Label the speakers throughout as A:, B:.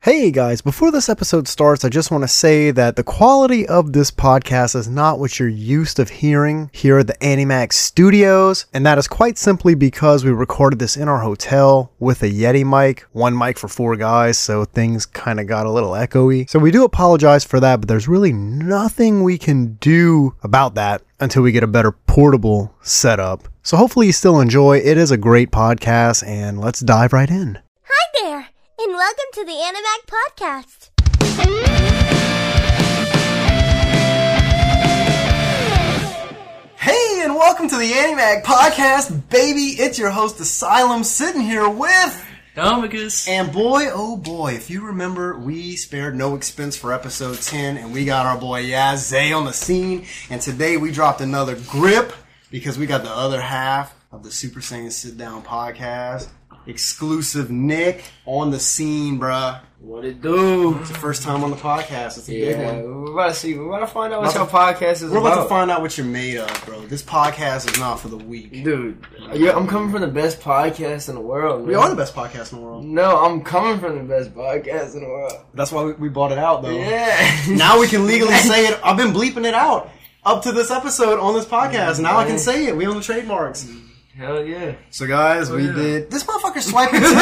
A: Hey guys, before this episode starts, I just want to say that the quality of this podcast is not what you're used of hearing here at the Animax Studios, and that is quite simply because we recorded this in our hotel with a Yeti mic, one mic for four guys, so things kind of got a little echoey. So we do apologize for that, but there's really nothing we can do about that until we get a better portable setup. So hopefully you still enjoy. It is a great podcast, and let's dive right in.
B: Hi there, and welcome to the Animac Podcast.
A: Hey, and welcome to the Animag Podcast, baby. It's your host, Asylum, sitting here with.
C: Domagus.
A: And boy, oh boy, if you remember, we spared no expense for episode 10, and we got our boy Yazay on the scene. And today we dropped another grip because we got the other half of the Super Saiyan Sit Down Podcast. Exclusive Nick on the scene, bruh.
D: What it do?
A: It's the first time on the podcast. It's a big
D: Yeah,
A: one.
D: we're about to see. We're about to find out what
A: About
D: your podcast is
A: We're
D: about.
A: about to find out what you're made of, bro. This podcast is not for the weak.
D: Dude, you I'm coming from the best podcast in the world. Man.
A: We are the best podcast in the world.
D: No, I'm coming from the best podcast in the world.
A: That's why we, we bought it out, though.
D: Yeah.
A: Now we can legally say it. I've been bleeping it out up to this episode on this podcast. Now I can say it. We own the trademarks.
D: Hell yeah.
A: So, guys, we
C: yeah.
A: did. This motherfucker swiping Tinder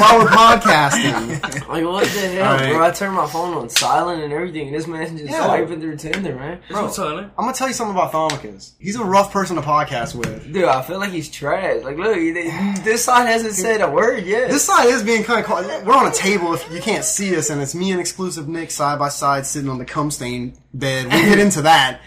A: while we're podcasting.
D: Like what the hell,
A: Alright.
D: bro? I turned my phone on silent and everything, and this man's just
A: Yeah.
D: swiping through Tinder, man.
A: Bro, I'm gonna tell you something about Thomicus. He's a rough person to podcast with.
D: Dude, I feel like he's trash. Like, look, he- this side hasn't said a word yet.
A: This side is being kind of called. We're on a table if you can't see us, and it's me and exclusive Nick side by side sitting on the cum stain bed. We get into that,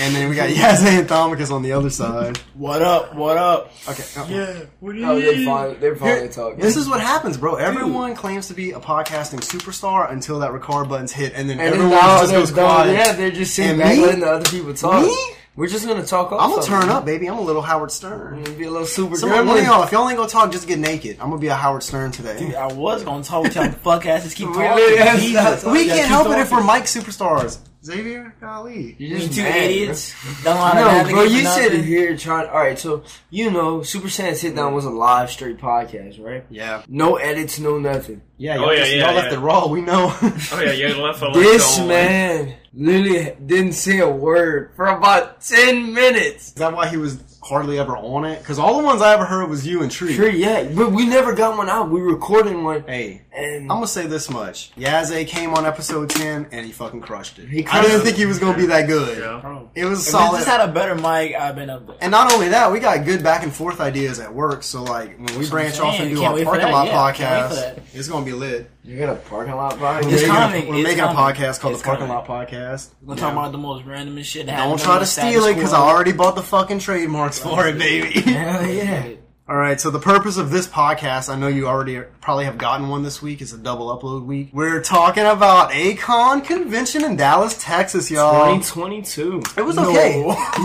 A: and then we got Yazay and Thomicus on the other side.
E: What up? What up?
A: Okay. uh,
C: Yeah. What do you
D: oh, they're finally, they're finally talking.
A: This is what happens, bro. Everyone claims to be a podcasting superstar until that record button's hit, and then
D: and
A: everyone
D: now
A: just
D: they're
A: goes
D: done.
A: quiet.
D: Yeah, they're just sitting
A: And
D: back
A: me?
D: letting the other people talk.
A: Me?
D: We're just gonna talk off
A: I'm gonna
D: something.
A: turn up, baby. I'm a little Howard Stern.
D: Be a little super
A: Someone, one
D: gremlin.
A: of y'all, if y'all ain't gonna talk, just get naked. I'm gonna be a Howard Stern today.
E: I was gonna talk with y'all fuck asses. Keep
D: We
E: talking.
D: literally asked
E: Jesus.
D: that.
E: Y'all
A: We
E: keep
A: can't help it
E: talking.
A: if we're mic superstars. Xavier, golly.
D: You're
E: You
D: just
E: two
D: mad,
E: idiots. Don't know how to
D: Bro. No,
E: navigate
D: bro, you
E: nothing.
D: sitting here trying. All right, so you know, Super Saiyan Sit Down was a live straight podcast, right?
A: Yeah,
D: No edits, no nothing.
A: yeah,
C: Oh,
A: y'all,
C: yeah,
A: just-
C: yeah,
A: y'all left
C: yeah.
A: it raw. We know.
C: Oh yeah, you left a
D: This man literally didn't say a word for about ten minutes.
A: Is that why he was hardly ever on it? Because all the ones I ever heard was you and Tree.
D: Sure, yeah, but we never got one out. We recorded one,
A: Hey,
D: and
A: I'm gonna say this much: Yazay came on episode ten and he fucking crushed it.
D: He
A: I
D: crushed
A: didn't
D: it.
A: think he was gonna be that good.
C: Yeah.
A: It was
E: If
A: solid.
E: we just had a better mic, I've been up there.
A: and not only that, we got good back and forth ideas at work. So like when we branch off
E: saying.
A: and do
E: Can't
A: our
E: wait for
A: parking
E: that.
A: lot
E: Yeah, can't wait for
A: podcast, it's gonna be lit.
D: you're gonna parking lot vibe.
A: We're
E: It's
A: making,
E: coming,
A: a, we're
E: it's
A: making a
E: coming.
A: podcast called
E: It's
A: the Parking
E: coming.
A: Lot Podcast.
E: We're
A: Yeah.
E: talking about the most random and shit. that
A: Don't
E: happened
A: try
E: on
A: to
E: the status
A: steal it because I
E: quo.
A: already bought the fucking trademarks for it, baby.
D: Hell yeah.
A: All right, so the purpose of this podcast, I know you already probably have gotten one this week. It's a double upload week. We're talking about Acon Convention in Dallas, Texas,
E: um,
A: y'all.
D: 2022.
A: It was okay.
D: No.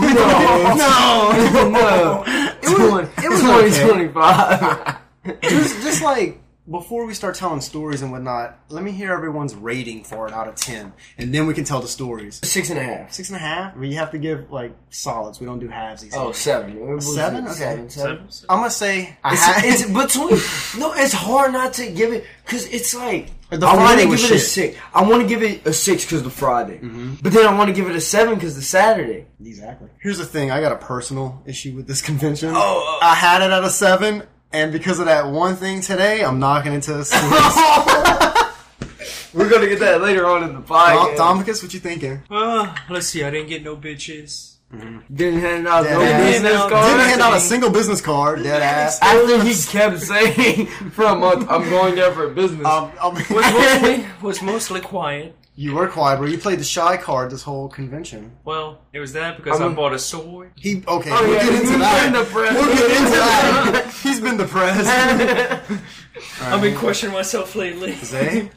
A: no.
D: no, it was it was
A: okay.
D: 2025.
A: just, just like before we start telling stories and whatnot, let me hear everyone's rating for it out of ten, and then we can tell the stories.
D: Six and a half.
A: Six and a half. We have to give like solids. We don't do halvesies.
D: Oh, seven. It was
A: Seven? Okay.
D: Seven. seven.
C: Oh.
A: I'm gonna say I
D: It's,
A: ha-
D: it's between. No, it's hard not to give it because it's like
A: The
D: I want
A: Friday
D: to give
A: was
D: it a
A: shit.
D: six. I want to give it a six because the Friday, but then I want to give it a seven because the Saturday.
A: exactly. Here's the thing. I got a personal issue with this convention.
D: Oh,
E: uh,
A: I had it at a seven, and because of that one thing today, I'm knocking into a six.
D: we're gonna get that later on in the
A: Dom-
D: podcast.
A: Domicus, what you thinking?
C: Uh, let's see. I didn't get no bitches.
D: didn't hand out no
A: Dead ass.
D: business
C: Didn't
D: cards.
A: Didn't hand out a single business card. Dead ass.
D: After he kept saying for a month, I'm going there for business.
A: Um,
C: Was
A: um,
C: mostly, was mostly quiet.
A: you were quiet, bro. You played the shy card this whole convention.
C: Well, it was that because
D: I'm
C: i
D: a-
C: bought a sword.
A: He okay.
D: Oh,
A: we'll
D: yeah,
A: get into
D: he's
A: that.
D: been depressed.
A: We'll get into that. He's been depressed.
C: I've been questioning myself lately.
A: Zay,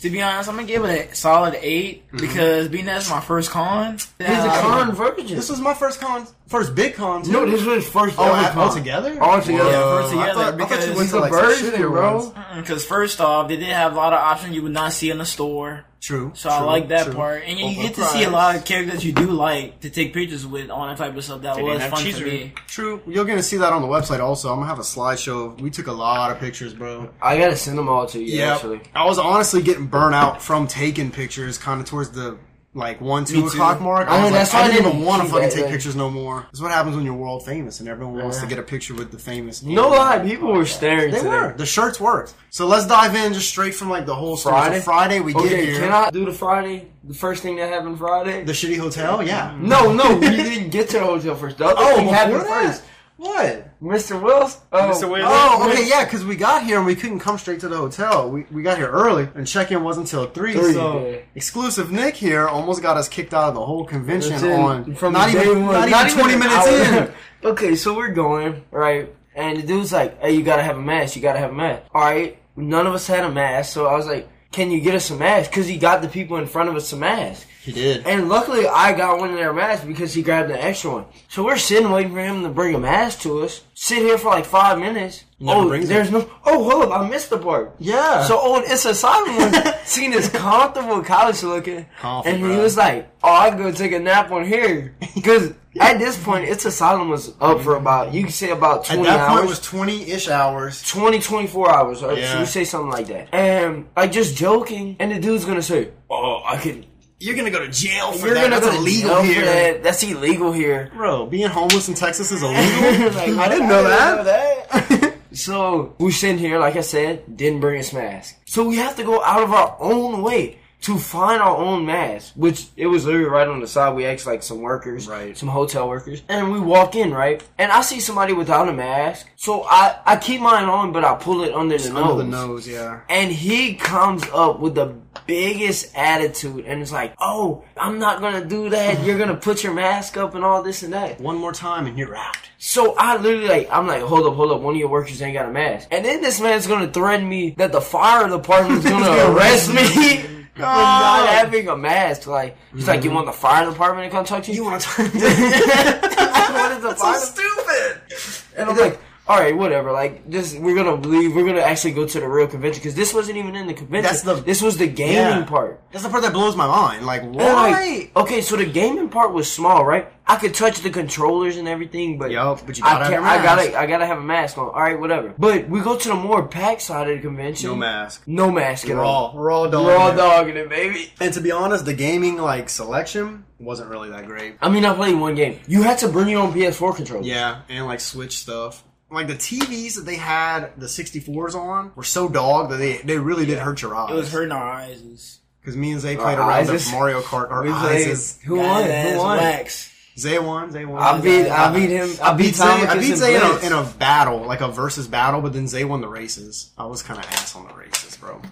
E: To be honest, I'm gonna give it a solid 8 because being that's my first con.
D: He's a
E: uh,
D: con virgin.
A: this was my first con
F: First big con. too?
D: No, this was first
F: Oh,
D: ever
F: at-
D: con.
F: altogether?
D: All together.
E: Yeah, first
F: I
E: together,
F: thought, I thought
E: because
F: you went
D: He's
F: to
D: a
F: like some
D: virgin,
F: shittier
D: bro.
F: ones.
E: Because first off, they did have a lot of options you would not see in the store.
F: True.
E: So I
F: true,
E: like that
F: true. Oh,
E: part, and you, you
F: Open
E: get to see a
F: price.
E: lot of characters you do like to take pictures with on that type of stuff. That
C: They
E: was
C: didn't have
E: fun
C: cheese
E: for
C: room.
E: me.
F: oh, True. You're gonna see that on the website also. I'm gonna have a slideshow. We took a lot of pictures, bro.
D: I gotta send them all to you.
F: Yeah.
D: Actually,
F: I was honestly getting burnt out from taking pictures, kind of towards the like one two
E: Me too.
F: o'clock mark.
D: I
F: I,
D: know,
F: was
D: that's
F: like,
D: why
F: I
D: I
F: didn't even
D: didn't
F: want to
D: see
F: fucking
D: that
F: take
D: thing.
F: pictures no more. It's what happens when you're world famous and everyone wants to
D: Yeah.
F: get a picture with the famous.
D: no lie, people were staring.
F: They
D: today.
F: were. The shirts worked. So let's dive in just straight from like the whole story.
D: Friday?
F: So Friday we get
D: Okay,
F: here.
D: can I do the Friday? The first thing that happened Friday.
F: the shitty hotel, yeah.
D: no, no, we didn't get to the hotel first. The other
F: Oh,
D: thing
F: before
D: happened
F: that?
D: first.
F: What?
D: Mr. Wills. Oh,
C: Mr. Wills.
F: Oh, okay, yeah, because we got here and we couldn't come straight to the hotel. We, we got here early and check in wasn't until three.
D: Three,
F: so
D: yeah.
F: exclusive Nick here almost got us kicked out of the whole convention
D: That's it.
F: on
D: from
F: not,
D: day
F: even,
D: one.
F: not even twenty
D: an
F: minutes
D: hour.
F: in.
D: okay, so we're going right, and the dude's like, "Hey, you gotta have a mask. You gotta have a mask." All right, none of us had a mask, so I was like, "Can you get us a mask?" Because he got the people in front of us a mask,
F: He did.
D: and luckily I got one of their masks because he grabbed an extra one. So we're sitting waiting for him to bring a mask to us. Sit here for like five minutes.
F: never
D: oh,
F: brings
D: there's no. Oh, hold up, I missed the part.
F: Yeah.
D: So old Issa Simon seen this comfortable couch looking,
F: Comfy,
D: and he
F: bro.
D: was like, "Oh, I can go take a nap on here." Because at this point, Issa Simon was up for about you could say about
F: at
D: twenty
F: that
D: hours.
F: point it was twenty ish hours.
D: 20, 24 hours, or
F: Yeah.
D: should we say something like that? And like just joking, and the dude's gonna say, "Oh, I can."
F: You're gonna go to jail for
D: You're
F: that.
D: gonna
F: That's
D: go to
F: illegal
D: jail for
F: here.
D: that. That's illegal here.
F: Bro, being homeless in Texas is illegal.
D: Like,
F: I didn't know that.
D: So we sitting here, like I said, didn't bring his mask. So we have to go out of our own way to find our own mask, which it was literally right on the side. We asked like some workers,
F: Right.
D: some hotel workers, and we walk in, right? And I see somebody without a mask, so I I keep mine on, but I pull it under the nose.
F: Under the nose, yeah.
D: And he comes up with the biggest attitude, and it's like, "Oh, I'm not gonna do that. You're gonna put your mask up and all this and that."
F: One more time and you're out.
D: So I literally like I'm like, hold up, hold up, one of your workers ain't got a mask. And then this man's gonna threaten me that the fire department's gonna arrest me for not having a mask. Like he's like, You want the fire department to come talk to you?
F: Mm-hmm. You want to?
D: What is the fire de-
F: stupid.
D: And I'm like, Alright, whatever. Like this we're gonna leave, we're gonna actually go to the real convention because this wasn't even in the convention.
F: That's the-
D: this was the gaming
F: Yeah.
D: part.
F: That's the part that blows my mind. Like,
D: And I'm
F: why?
D: like, okay, so the gaming part was small, right? I could touch the controllers and everything, but
F: Yup, but you
D: I
F: gotta have
D: can't.
F: a
D: I
F: mask.
D: gotta. I gotta have a mask on. All right, whatever. But we go to the more packed side of the convention.
F: no mask.
D: No mask at all.
F: Raw, raw dog.
D: Raw dogging it, baby.
F: And to be honest, the gaming like selection wasn't really that great.
D: I mean, I played one game. You had to bring your own PS4 controller.
F: Yeah, and like Switch stuff. Like the TVs that they had the 64s on were so dog that they they really did hurt your eyes.
E: It was hurting our eyes.
F: because me and Zay played
D: Our
F: a round
D: eyes.
F: of Mario Kart. Our
D: We
F: eyes
D: played.
F: is
D: Who won? Who
E: Badass
D: won?
E: Wax.
F: Zay won. Zay won.
D: I beat. I beat him. I beat
F: Zay,
D: Tom.
F: I beat Zay in a, in a battle, like a versus battle, but then Zay won the races. I was kind of ass on the races, bro.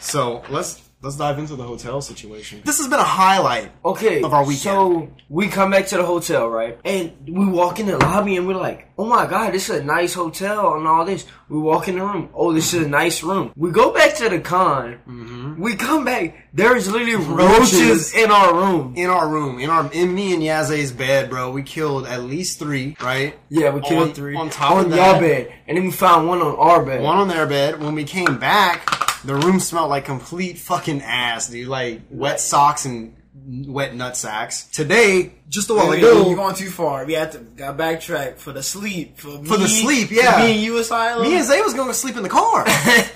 F: so let's let's dive into the hotel situation. This has been a highlight.
D: Okay,
F: of our weekend.
D: so we come back to the hotel, right? And we walk in the lobby and we're like, oh my god, this is a nice hotel and all this. We walk in the room, oh, this is a nice room. We go back to the con, we come back, there's literally roaches,
F: Mm-hmm. Roaches.
D: in our room.
F: In our room, in our in me and Yazay's bed, bro, we killed at least three, right?
D: Yeah, we killed
F: On-
D: three.
F: on top
D: on
F: of
D: y'all
F: that-
D: bed. And then we found one on our bed.
F: One on their bed. When we came back, the room smelled like complete fucking ass, dude. Like wet socks and wet nut sacks. Today, just a while
E: Wait,
F: ago,
E: You're going too far. We had to got backtrack for the sleep. For,
F: For the
E: me-
F: sleep,
E: for
F: yeah.
E: me and you, Asylum.
F: Me and Zay was going to sleep in the car,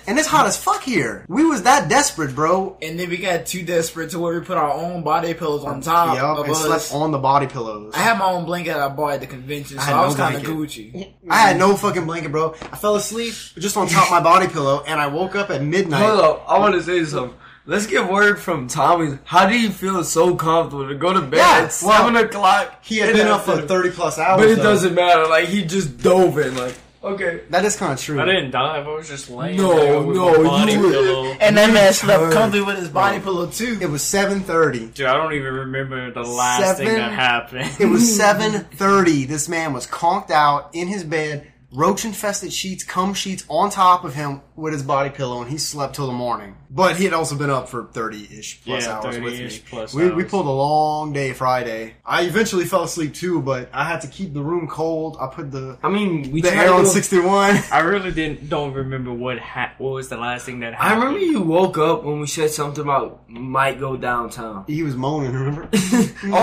F: and it's hot as fuck here. We was that desperate, bro.
E: And then we got too desperate to where we put our own body pillows on top
F: Yup,
E: of
F: and
E: us.
F: slept on the body pillows.
E: I had my own blanket I bought at the convention, so
F: had
E: I,
F: no
E: was kind of
F: blanket.
E: Gucci.
F: I had no fucking blanket, bro. I fell asleep just on top of my body pillow, and I woke up at midnight.
D: Hold up, I want to say something. Let's get word from Tommy. How do you feel so comfortable to go to bed
F: Yeah,
D: at
F: well,
D: 7 o'clock?
F: He had
D: in
F: been
D: the
F: up for
D: afternoon?
F: thirty plus hours,
D: But it
F: so
D: doesn't matter. Like he just dove in. Like okay.
F: That is kind of true.
C: I didn't dive. I was just laying
D: No,
C: there with
D: no,
C: my body
D: you were-
C: pillow.
E: And that man slept
D: tired.
E: comfy with his body pillow too.
F: It was seven thirty.
C: Dude, I don't even remember the last thing
F: Seven-
C: that happened.
F: It was seven thirty. This man was conked out in his bed, roach infested sheets, cum sheets on top of him, with his body pillow and he slept till the morning. But he had also been up for 30 ish plus
C: Yeah,
F: hours with
C: 30-ish
F: me.
C: plus
F: we, we
C: hours.
F: pulled a long day Friday. I eventually fell asleep too, but I had to keep the room cold. I put the,
D: I mean, we
F: the
D: tried
F: air on
D: to-
F: 61.
C: I really didn't don't remember what ha- what was the last thing that
D: I
C: happened.
D: remember you woke up when we said something about might go downtown.
F: He was moaning, remember?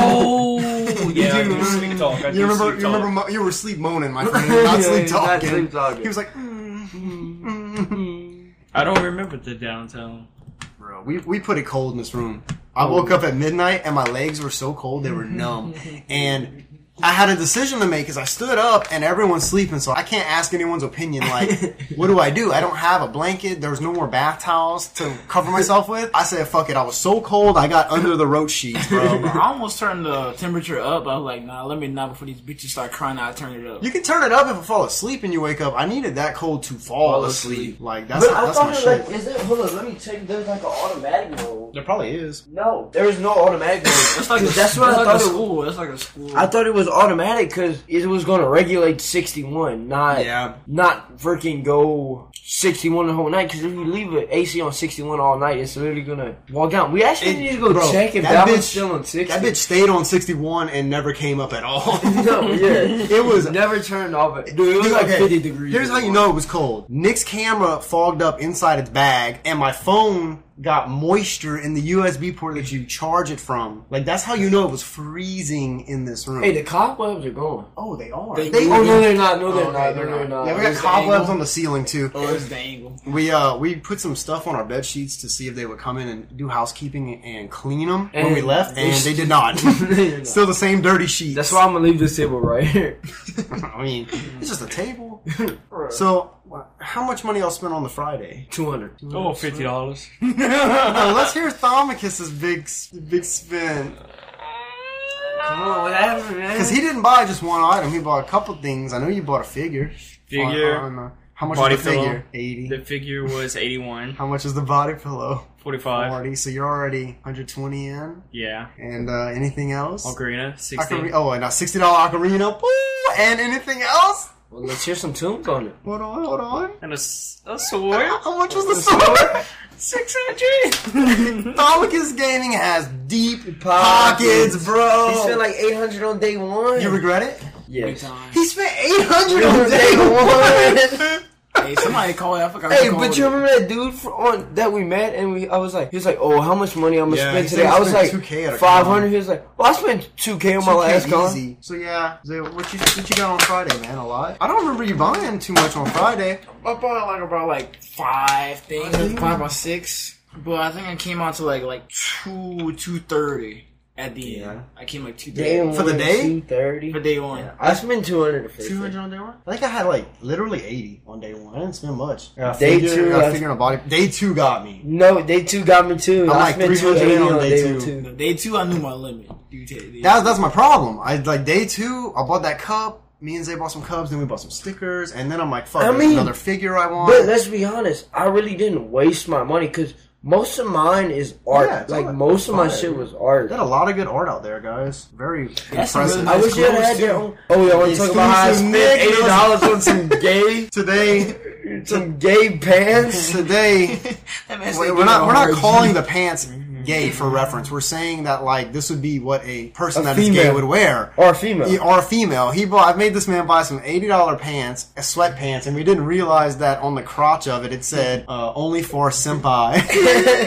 D: Oh,
F: Yeah,
D: yeah.
F: I do
D: dude.
F: remember-
C: talk. I
F: You remember, you remember, mo- you were sleep moaning, my friend, not
D: Yeah,
F: sleep
D: he's not
F: talking.
D: sleep talking.
F: He was like, mm, mm, mm, mm.
C: I don't remember the downtown.
F: bro, we, we put it cold in this room. I
D: Oh.
F: woke up at midnight and my legs were so cold they were numb, and I had a decision to make because I stood up and everyone's sleeping, so I can't ask anyone's opinion. Like, what do I do? I don't have a blanket. There's no more bath towels to cover myself with. I said, fuck it. I was so cold I got under the rope sheets, bro.
E: I almost turned the temperature up. I was like, nah, let me not before these bitches start crying. I turn it up.
F: You can turn it up if I fall asleep and you wake up. I needed that cold to fall,
D: Fall
F: asleep.
D: asleep.
F: Like that's
D: But
F: my,
D: I
F: that's my
D: thought,
F: shit.
D: like, is there, hold on, let me check. There's like an automatic mode.
F: there probably is.
D: No, there is no automatic mode.
E: That's like a,
D: Dude, that's what I
E: like
D: thought
E: a
D: it was.
E: school. That's like a school.
D: I thought it was automatic because it was going to regulate 61, not
F: Yeah.
D: not freaking go 61 the whole night. Because if you leave an AC on 61 all night, it's literally going to walk down. We actually
F: It-
D: need to go
F: bro,
D: check if
F: that
D: that,
F: bitch-
D: one's still on 60.
F: That bitch stayed on 61 and never came up at all.
D: no, yeah.
F: It was
D: never turned off. Dude, it was like
F: okay,
D: 50 degrees.
F: Here's how you know it was cold. Nick's camera fogged up inside its bag, and my phone got moisture in the USB port that you charge it from. Like that's how you know it was freezing in this room.
D: Hey, the cobwebs are gone.
F: oh, they are.
E: They-
F: They-
D: Oh, no, they're not. No,
F: Oh,
D: they're
F: okay,
D: not.
F: they're
D: no, they're not.
F: not. Yeah, we got
D: It's
F: cobwebs
D: angled.
F: on the ceiling too.
E: Or Oh, it's the angle.
F: We uh we put some stuff on our bed sheets to see if they would come in and do housekeeping and clean them when we
D: And
F: left,
D: they
F: and they did not. Still the same dirty sheets.
D: That's why I'm gonna leave this table right here.
F: I mean, it's just a table. so, wh- how much money y'all spent on the Friday?
D: Two hundred.
C: Oh, fifty dollars.
F: Uh, let's hear Thomicus's big s- big spend
D: Come on, what happened, man?
F: because he didn't buy just one item. He bought a couple things. I know you bought a figure.
C: Figure.
F: On- on, uh, how much
C: Body
F: is the figure?
C: pillow.
F: Eighty.
C: The figure was 81,
F: how much is the body pillow?
C: 45.
F: Forty. So you're already 120 in.
C: Yeah.
F: And uh, anything else?
C: Ocarina, 16.
F: Ocarina, oh, and a sixty dollar ocarina. Woo! And anything else?
D: well, let's hear some tunes on it.
F: Hold on, hold on.
C: And a, s- a sword.
F: How much was the sword? Six hundred. Thomicus Gaming has deep pockets, bro.
D: He spent like eight hundred on day one.
F: you regret it?
E: Big
D: yes.
E: time.
F: He spent eight hundred on day one.
E: Hey, somebody call it. I forgot.
D: Hey,
E: who called
F: oh,
D: but you
E: it.
D: remember that dude for, on that we met and we? I was like, he was like, oh, how much money I'm gonna
F: Yeah,
D: spend
F: he
D: today?
F: said he
D: I was
F: spent
D: like,
F: 2K at a
D: five hundred.
F: con.
D: He was like, well, I spent two k on my last car.
F: easy. So yeah, so what you what you got on Friday, man? A lot. I don't remember you buying too much on Friday.
E: I bought like about like five things, five or six. But I think I came out to like like two two thirty at the end. I came like two thirty
F: For the day?
D: two thirty.
E: for day one.
D: I spent two hundred.
F: Two hundred on day one. I think I had like literally eighty on day one. I didn't spend much.
D: Day
F: figure,
D: two,
F: I got
D: I-
F: figure and a body. Day two got me.
D: No, day two got me too.
F: I'm
D: I
F: like
D: spent
F: 300
D: 280
F: on
D: on
F: day
D: day,
F: two.
D: two.
E: Day two, I knew my limit. You take this.
F: That, that's my problem. I like day two. I bought that cup. Me and Zay bought some cups. Then we bought some stickers. And then I'm like, fuck,
D: I
F: there's
D: mean,
F: another figure I want.
D: But let's be honest, I really didn't waste my money because most of mine is art.
F: Yeah, it's
D: like
F: art.
D: most of my
F: Fire.
D: shit was art.
F: They got a lot of good art out there, guys. Very
E: That's some
F: impressive.
E: really
D: I wish you had
E: clothes,
D: had
E: too.
D: your own. Oh, yeah, I want to talk about how I
F: Exclusive
D: spent
F: Nick
D: eighty dollars on some
F: gay today.
D: some gay pants.
F: Today,
E: That man said
F: we're
E: give
F: not
E: it
F: we're not
E: a hard
F: calling
E: G.
F: the pants gay for reference. We're saying that like this would be what a person
D: A
F: that is gay
D: female.
F: would wear.
D: Or female.
F: He- or a female. He bought. I made this man buy some eighty dollar pants, uh, sweatpants, and we didn't realize that on the crotch of it it said uh, "only for senpai."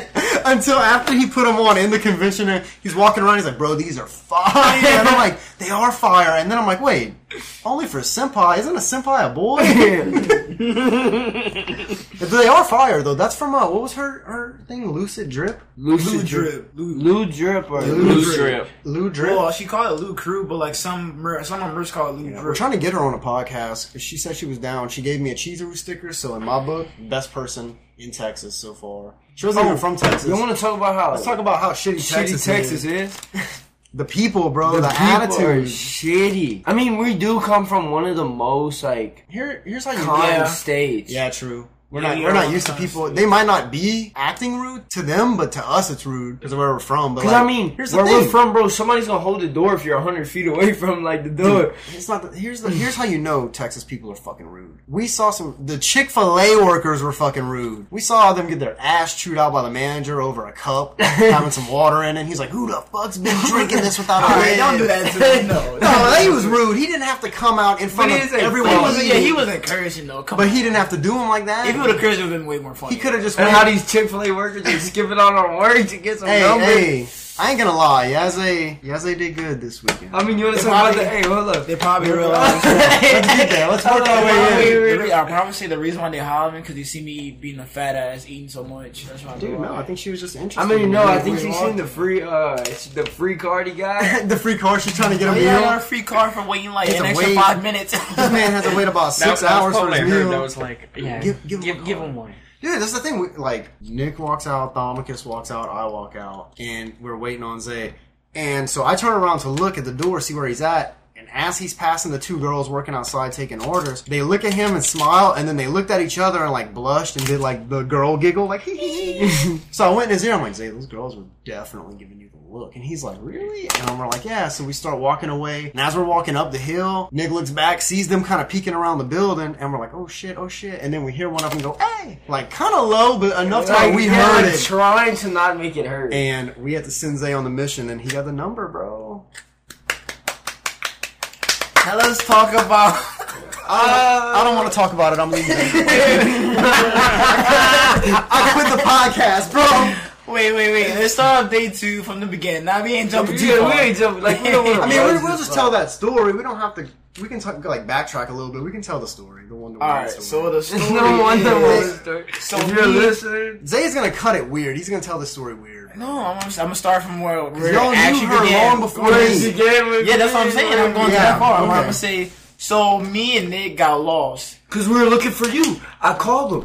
F: Until after he put them on in the convention, and he's walking around. He's like, "Bro, these are fire!" And I'm like, "They are fire!" And then I'm like, "Wait, only for senpai? Isn't a senpai a boy?" they are fire though. That's from uh, what was her her thing? Lucid Drip.
E: Lou drip. Lou.
D: Lou drip or
F: Lou
D: Lou drip.
C: Strip.
F: Lou Drip.
E: Well, she called it Lou Crew, but like some mer- some members call it Lou
F: Yeah,
E: Drip.
F: we're trying to get her on a podcast 'cause she said she was down. She gave me a Cheeseru sticker, so in my book, best person in Texas so far. She wasn't even from Texas.
D: You want to talk about how
F: Let's Oh, talk about how shitty,
D: shitty
F: Texas,
D: Texas,
F: is.
D: is?
F: The people, bro, the,
D: people are
F: attitude.
D: shitty. I mean, we do come from one of the most like
F: Here, here's how you
D: calm
F: yeah.
D: states.
F: yeah, true. We're
E: Yeah,
F: not
E: we
F: we're
E: are
F: not
E: all
F: used to
E: the time
F: people.
E: stupid.
F: They might not be acting rude to them, but to us it's rude because of where we're from. But
D: Cause
F: like,
D: I mean,
F: here's the
D: where we're
F: thing.
D: from, bro, somebody's gonna hold the door if you're hundred feet away from like the door.
F: It's not. The, here's the. Here's how you know Texas people are fucking rude. We saw some. The Chick Fil A workers were fucking rude. We saw them get their ass chewed out by the manager over a cup having some water in it. He's like, "Who the fuck's been drinking this without a
E: All right,
F: lid?"
E: don't do that to me. No,
F: No, he was rude. He didn't have to come out in front
D: he
F: of
D: didn't say
F: everyone.
D: fuck.
E: He
D: Well,
E: wasn't, yeah, he was encouraging though. Come
F: but
E: on.
F: he didn't have to do him like that.
E: if he would have encouraged, it would have been way more fun.
F: He could have just.
D: And
F: went-
D: how these Chick Fil A workers are skipping out on work to get some
F: hey,
D: numbers.
F: hey, I ain't gonna lie. Yaze, Yaze did good this weekend.
D: I mean, you wanna
E: They
D: talk about the?
E: probably-
D: Hey, hold up.
E: They probably realized.
F: Let's get there. Let's work our
D: Hold on,
F: way in.
D: wait, wait,
E: The re- I probably say the reason why they holler because you see me being a fat ass eating so much. That's why.
F: Dude, no, I think she was just interested.
D: I mean, no, I think
E: Wait,
D: she's
E: what?
D: seen the free, uh, the free card he got.
F: the free car. She's trying to get a
E: Oh,
F: meal.
E: yeah, I want a free car for waiting like
F: It's
E: an
F: a
E: extra
F: wait.
E: five minutes.
F: This man has to wait about
C: That
F: six
C: was- that
F: hours
C: was
F: for
C: probably
F: his
C: her
F: meal.
C: that was like, yeah,
F: Give- give him a
C: give, give
F: call.
C: him one.
F: Dude, that's the thing. We, like Nick walks out, Thomicus walks out, I walk out, and we're waiting on Zay. And so I turn around to look at the door, see where he's at. And as he's passing the two girls working outside taking orders, they look at him and smile, and then they looked at each other and like blushed and did like the girl giggle, like hee hee. hee. so I went in his ear. I'm like, Zay, those girls were definitely giving you the look. And he's like, really? And we're like, yeah. So we start walking away, and as we're walking up the hill, Nick looks back, sees them kind of peeking around the building, and we're like, oh shit, oh shit. And then we hear one of them go, hey, like kind of low, but enough to where
D: Like,
F: we
D: they're,
F: heard
D: like,
F: it.
D: Trying to not make it hurt.
F: And we had to send Zay on the mission, and he got the number, bro.
E: now let's talk about.
F: I don't want to talk about it. I'm leaving. I quit the podcast, bro.
E: wait, wait, wait. Let's start off day two from the beginning. Now we ain't jumping too
D: Yeah,
E: far.
D: we ain't jumping. Like, we don't wanna
F: I mean,
D: rush
F: we, we'll
D: this
F: just tell that story. We don't have to. We can talk, like backtrack a little bit. We can tell the story, the one.
E: All right. So the
D: It's
E: story.
D: no wonder
E: is-
D: Rolling Stone.
E: So
D: if you're
E: me-
D: listening,
F: Zay's gonna cut it weird. He's gonna tell the story weird.
E: No, I'm gonna, I'm gonna start from where where
F: y'all
E: it
F: knew
E: actually
F: her
E: began.
F: long before
D: where
F: me.
D: is the game? with
E: Yeah, that's what I'm
D: me?
E: saying. I'm going to
F: Yeah,
E: that far. I'm
F: okay.
E: gonna say. So me and Nick got lost.
D: Cause we were looking for you. I called him.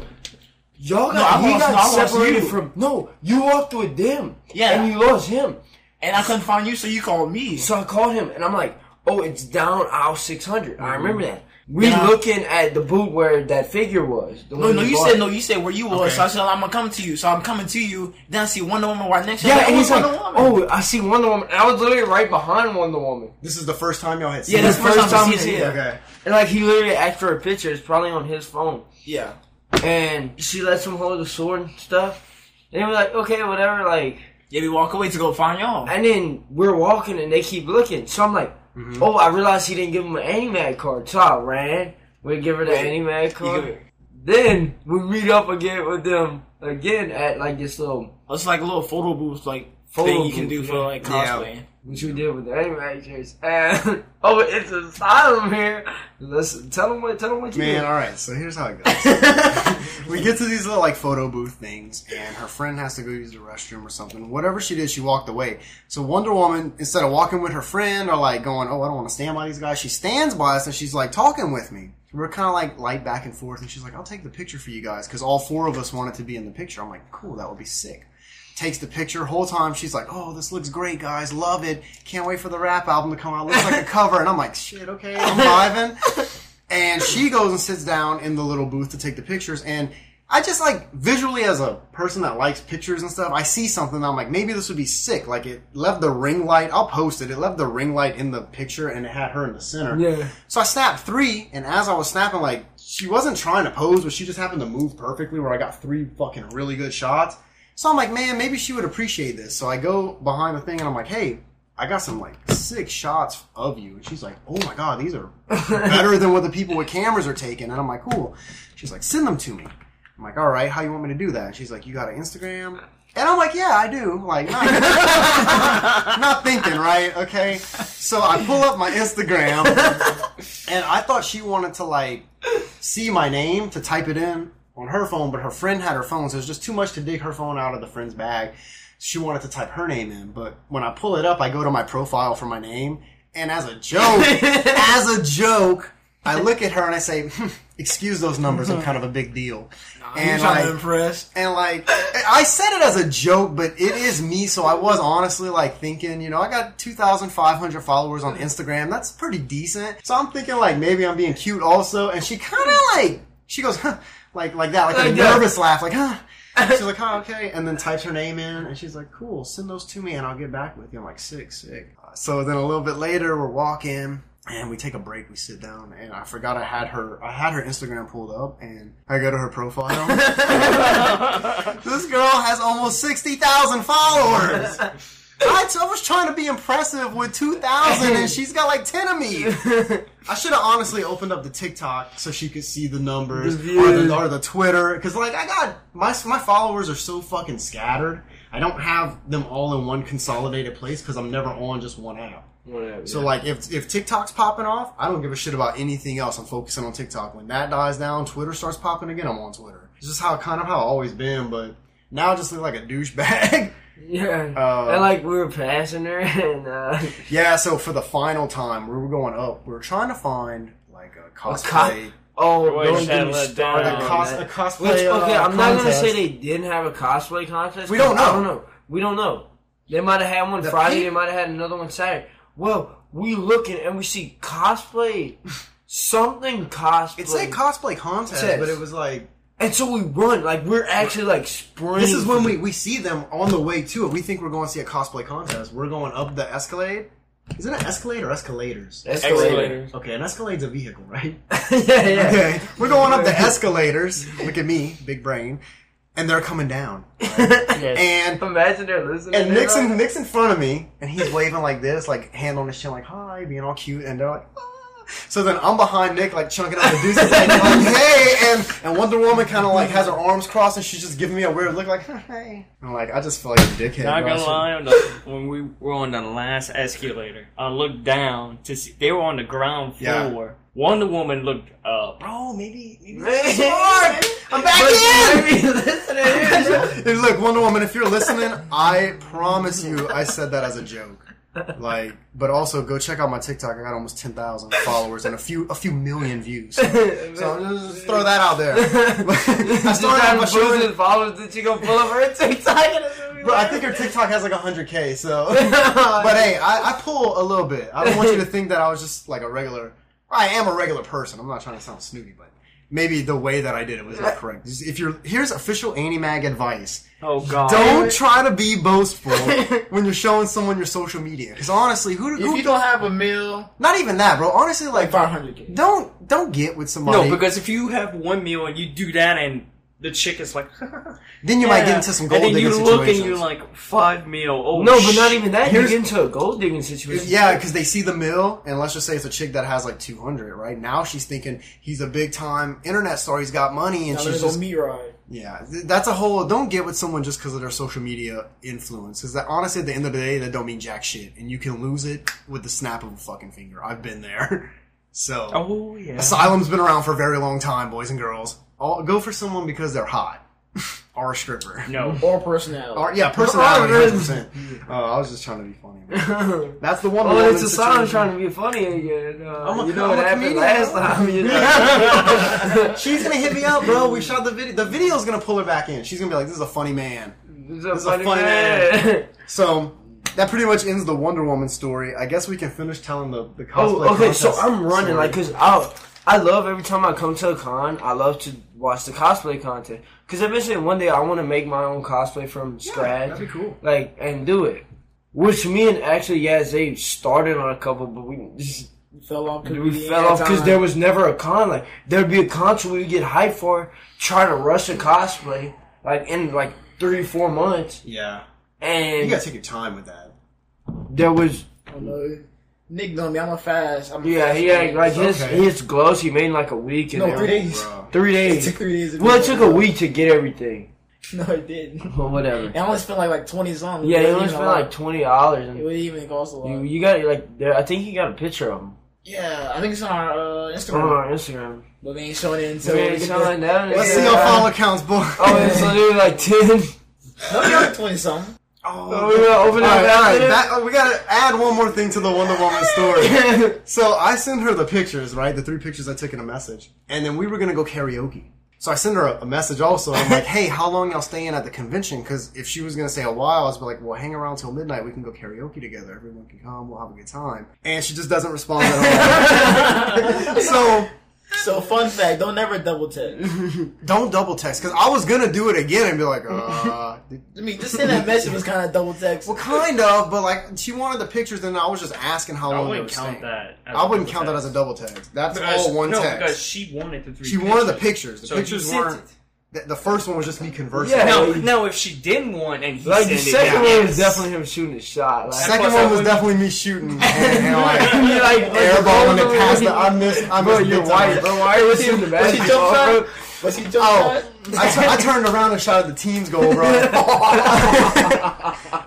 D: Y'all
E: No, I
D: got, he
E: lost- I
D: got
E: lost
D: separated
E: you.
D: from. No, you walked with them.
E: Yeah.
D: and you lost him.
E: And I couldn't find you, so you called me.
D: So I called him, and I'm like, "Oh, it's down aisle 600." I remember that. We
E: Mm-hmm. Yeah.
D: looking at the boot where that figure was. the
E: No,
D: one
E: Oh, no,
D: we
E: you
D: bought.
E: said no. You said where you was.
F: Okay.
E: So I said I'm gonna come to you. So I'm coming to you. Then I see Wonder Woman right next to you.
D: Yeah,
E: I'm
D: and he's
E: "Oh,
D: like,
E: Wonder Woman."
D: "Oh, I see Wonder Woman." And I was literally right behind Wonder Woman.
F: This is the first time y'all had.
E: yeah,
F: seen
E: that's
F: it.
E: the first,
D: first
E: time
D: time
E: we
D: we
E: see
D: see
E: it.
D: it.
F: Okay.
D: And like he literally asked for a picture. It's probably on his phone.
E: Yeah,
D: And she lets him hold the sword and stuff. And we're like, okay, whatever. Like,
E: yeah. We walk away to go find y'all.
D: and then we're walking and they keep looking. So I'm like,
E: Mm-hmm.
D: oh, I realized he didn't give him an Animag card. So I ran. We give her the
E: Wait,
D: Animag
E: You give
D: card.
E: it-
D: Then we meet up again with them again at like this little
E: It's like a little photo booth, like
D: Photo
E: thing you can
D: booth,
E: do for
D: yeah.
E: like cosplaying.
D: what you did with the Animag chairs. And oh, it's asylum here. Let's tell them what tell them what you
F: Man,
D: did.
F: all right. So here's how it goes. we get to these little like photo booth things, and her friend has to go use the restroom or something. Whatever she did, she walked away. So Wonder Woman, instead of walking with her friend or like going, "Oh, I don't want to stand by these guys," she stands by us and she's like talking with me. We're kind of like light back and forth, and she's like, "I'll take the picture for you guys," because all four of us wanted to be in the picture. I'm like, "Cool, that would be sick." Takes the picture whole time. She's like, "Oh, this looks great, guys. Love it. Can't wait for the rap album to come out. Looks like a cover." And I'm like, "Shit, okay, I'm vibing." And she goes and sits down in the little booth to take the pictures. And I just like visually, as a person that likes pictures and stuff, I see something. And I'm like, maybe this would be sick. Like it left the ring light. I'll post it. It left the ring light in the picture, and it had her in the center.
D: Yeah.
F: So I snapped three, and as I was snapping, like she wasn't trying to pose, but she just happened to move perfectly where I got three fucking really good shots. So I'm like, man, maybe she would appreciate this. So I go behind the thing and I'm like, hey, I got some like six shots of you. And she's like, oh my god, these are better than what the people with cameras are taking. And I'm like, cool. She's like, send them to me. I'm like, all right, how you want me to do that? And she's like, you got an Instagram? And I'm like, yeah, I do. Like, not, not thinking, right? Okay. So I pull up my Instagram, and I thought she wanted to like see my name to type it in on her phone, but her friend had her phone, so it was just too much to dig her phone out of the friend's bag. She wanted to type her name in, but when I pull it up, I go to my profile for my name, and as a joke, as a joke, I look at her and I say, hmm, "Excuse those numbers, I'm kind of a big deal."
E: I'm
F: and
E: trying to
F: like-
E: impress.
F: and like, I said it as a joke, but it is me, so I was honestly like thinking, you know, I got 2,500 followers on Instagram. That's pretty decent. So I'm thinking like maybe I'm being cute also. And she kind of like, she goes, huh, like like that, like, a
D: Like that.
F: nervous laugh, like huh. And she's like, oh, okay, and then types her name in, and she's like, cool, send those to me, and I'll get back with you. I'm like, sick, sick. Uh, so then a little bit later, we're walking, and we take a break. We sit down, and I forgot I had her, I had her Instagram pulled up, and I go to her profile. this girl has almost sixty thousand followers. I, t- I was trying to be impressive with 2,000 and she's got like 10 of me. I should have honestly opened up the TikTok so she could see the numbers
D: The
F: or, the,
D: views.
F: or the Twitter because like I got my my followers are so fucking scattered. I don't have them all in one consolidated place because I'm never on just one app.
D: Whatever.
F: So like if if TikTok's popping off, I don't give a shit about anything else. I'm focusing on TikTok. When that dies down, Twitter starts popping again. I'm on Twitter. It's just how kind of how I always been, but now I just look like a douchebag.
D: yeah.
F: Uh,
D: and like we were passing her, and uh,
F: Yeah, so for the final time, we were going up. We were trying to find like a
D: co-
F: cosplay.
D: oh,
C: Wait,
D: don't get
C: shut
D: me
C: it
D: started.
C: down.
F: a,
D: on
F: cos-
D: that.
F: a cosplay.
D: Which, okay,
F: uh,
D: I'm not gonna
F: contest.
D: say they didn't have a cosplay contest.
F: We don't know.
D: I don't know. We don't know. They might have had one
F: The
D: Friday.
F: peop-
D: they might have had another one Saturday. Well, we looking and we see cosplay, something cosplay.
F: It said cosplay contest,
D: Says.
F: but it was like
D: and so we run like we're actually like sprinting.
F: this is when we, we see them on the way to it. We think we're going to see a cosplay contest. We're going up the escalade. Is it an escalade or escalators?
D: escalator.
C: Escalators.
F: Okay, an escalade's a vehicle, right?
D: yeah, yeah.
F: Okay, we're going up the escalators. Look at me, big brain, and they're coming down. And
D: Imagine they're listening.
F: And
D: they're
F: Nick's in,
D: like,
F: Nick's in front of me, and he's waving like this, like hand on his chin, like hi, being all cute, and they're like. "Ah." So then I'm behind Nick, like chunking out the deuces, like, like hey, and, and Wonder Woman kind of like has her arms crossed, and she's just giving me a weird look, like hey. I'm like, I just feel like a dickhead.
C: Not
F: bro. I
C: gonna
F: should-
C: lie, on the, when we were on the last escalator, I looked down to see they were on the ground
F: Yeah.
C: floor. Wonder Woman looked up.
F: bro, maybe maybe
D: Man.
F: this is hard. I'm back in.
D: But you listening.
F: Hey, look, Wonder Woman, if you're listening, I promise you, I said that as a joke. Like, but also go check out my TikTok. I got almost ten thousand followers and a few a few million views. So just, just throw that out there. I
D: Just
F: started
D: out
F: my
D: of
F: show.
D: shoes followers that you gonna pull up her TikTok and it's gonna be
F: Bro, I
D: like-
F: think her TikTok has like hundred k. So, but hey, I, I pull a little bit. I don't want you to think that I was just like a regular. I am a regular person. I'm not trying to sound snooty, but maybe the way that I did it was not correct. Just If you're here's official Animag advice.
C: Oh god.
F: Don't try to be boastful when you're showing someone your social media. Because honestly, who,
E: If
F: who
E: you don't have a meal,
F: not even that, bro. Honestly, like
E: like 500k.
F: don't don't get with somebody.
C: No, because if you have one meal and you do that and the chick is like,
F: then you might get into some gold
C: And then
F: digging
C: you look
F: situations.
C: and you're like, five meal. Oh,
D: No, but not
C: shit.
D: even that.
F: Here's-
D: you get into a gold digging situation.
F: yeah, because they see the mill, and let's just say it's a chick that has like 200, right? Now she's thinking he's a big time internet star, he's got money,
E: Now
F: and she's
E: there's
F: just
E: a meat ride.
F: Yeah, th- that's a whole. Don't get with someone just because of their social media influence. Because that honestly, at the end of the day, that don't mean jack shit, and you can lose it with the snap of a fucking finger. I've been there. So
C: Oh yeah.
F: Asylum's been around for a very long time, boys and girls. All, go for someone because they're hot or a stripper.
C: No.
E: Or personality.
F: Or, yeah, personality.
D: Or-
F: 100%. Uh, I was just trying to be funny. That's the one.
D: Oh, it's a song trying to be funny again. Uh,
F: I'm a-
D: you know
F: I'm
D: what
F: a
D: happened
F: comedian.
D: last time? You know?
F: to. She's gonna hit me up, bro. We shot the video. The video's gonna pull her back in. She's gonna be like, "This is a funny man."
D: It's a
F: This is a
D: funny
F: funny
D: man.
F: So that pretty much ends the Wonder Woman story. I guess we can finish telling the the cosplay.
D: Oh, okay. So
F: contest
D: I'm running
F: story.
D: like, cause I, I love every time I come to a con. I love to watch the cosplay content. Cause eventually one day I want to make my own cosplay from
F: Yeah,
D: scratch.
F: That'd be cool.
D: like and do it. Which me and actually yes, they started on a couple, but we just,
E: fell off. 'cause
D: we
E: didn't
D: fell
E: have
D: off because
E: time.
D: there was never a con. Like there'd be a con, so we would get hyped for, it, try to rush a cosplay like in like three four months,
F: Yeah, you
D: and
F: gotta take your time with that.
D: there was
E: I don't know. Nick know me. I'm a fast. I'm a
D: yeah
E: fast
D: he had like
E: man.
D: his
F: Okay.
D: his gloves he made in like a week and
E: No, three
D: everything.
E: days.
F: Bro.
D: three
E: It
D: days.
E: took three days. to
D: well, it
E: do
D: took a week to get everything,
E: No, it didn't.
D: but whatever.
E: It only spent like like twenty something.
D: Yeah,
E: it
D: he
E: wasn't
D: only
E: even
D: spent
E: a lot.
D: like twenty dollars,
E: It
D: and
E: wouldn't even cost a
D: you,
E: lot.
D: you got like there, I think he got a picture of him
E: yeah, I think it's on our uh,
D: on
E: Instagram,
D: our Instagram.
E: but we ain't showing it until.
D: So
E: we
D: yeah,
E: get
D: something like
E: the-
D: that.
F: Let's
D: Yeah.
F: see your follow counts, boy.
D: Oh, and so they were like ten.
E: No, we got twenty something.
D: Oh, we gotta open it
F: All right, all
D: up.
F: right, that- oh, we gotta add one more thing to the Wonder Woman story. so I send her the pictures, right? The three pictures I took in a message, and then we were gonna go karaoke. So I send her a, a message also. I'm like, hey, how long y'all staying at the convention? Because if she was gonna say a while, I was like, well, hang around till midnight. We can go karaoke together. Everyone can come. We'll have a good time. And she just doesn't respond at all. so
E: So fun fact: don't never double text.
F: Don't double text because I was gonna do it again and be like,
E: I
F: uh,
E: mean, just send that message was kind of double text.
F: well, kind of, but like she wanted the pictures, and I was just asking how
C: I
F: long they were
C: wouldn't count
F: staying.
C: that. as
F: I wouldn't
C: double
F: count that
C: text.
F: as a double text. That's
C: Because-
F: all one
C: no, because
F: text.
C: she wanted the three.
F: She wanted the pictures. The
C: So you
F: pictures
C: sent
F: weren't.
C: it.
F: The, the first one was just me conversing.
D: Yeah.
C: No, no. If she didn't want, and he
D: Like
C: sent
D: the
C: it,
D: second
C: yeah.
D: one was definitely him shooting a shot. Like,
F: Second
C: That's
F: one
C: why
F: was
C: I
F: definitely me shooting and, and like
D: You're like,
F: airballing it past the.
D: Bro,
F: I missed. I missed.
D: you're
F: big time.
D: white, bro. Why are you shooting the
E: Was he jump
D: basketball, bro?
E: shot? Was he jump
F: Oh.
E: shot?
F: I, tu- I turned around and shot at the team's goal, bro.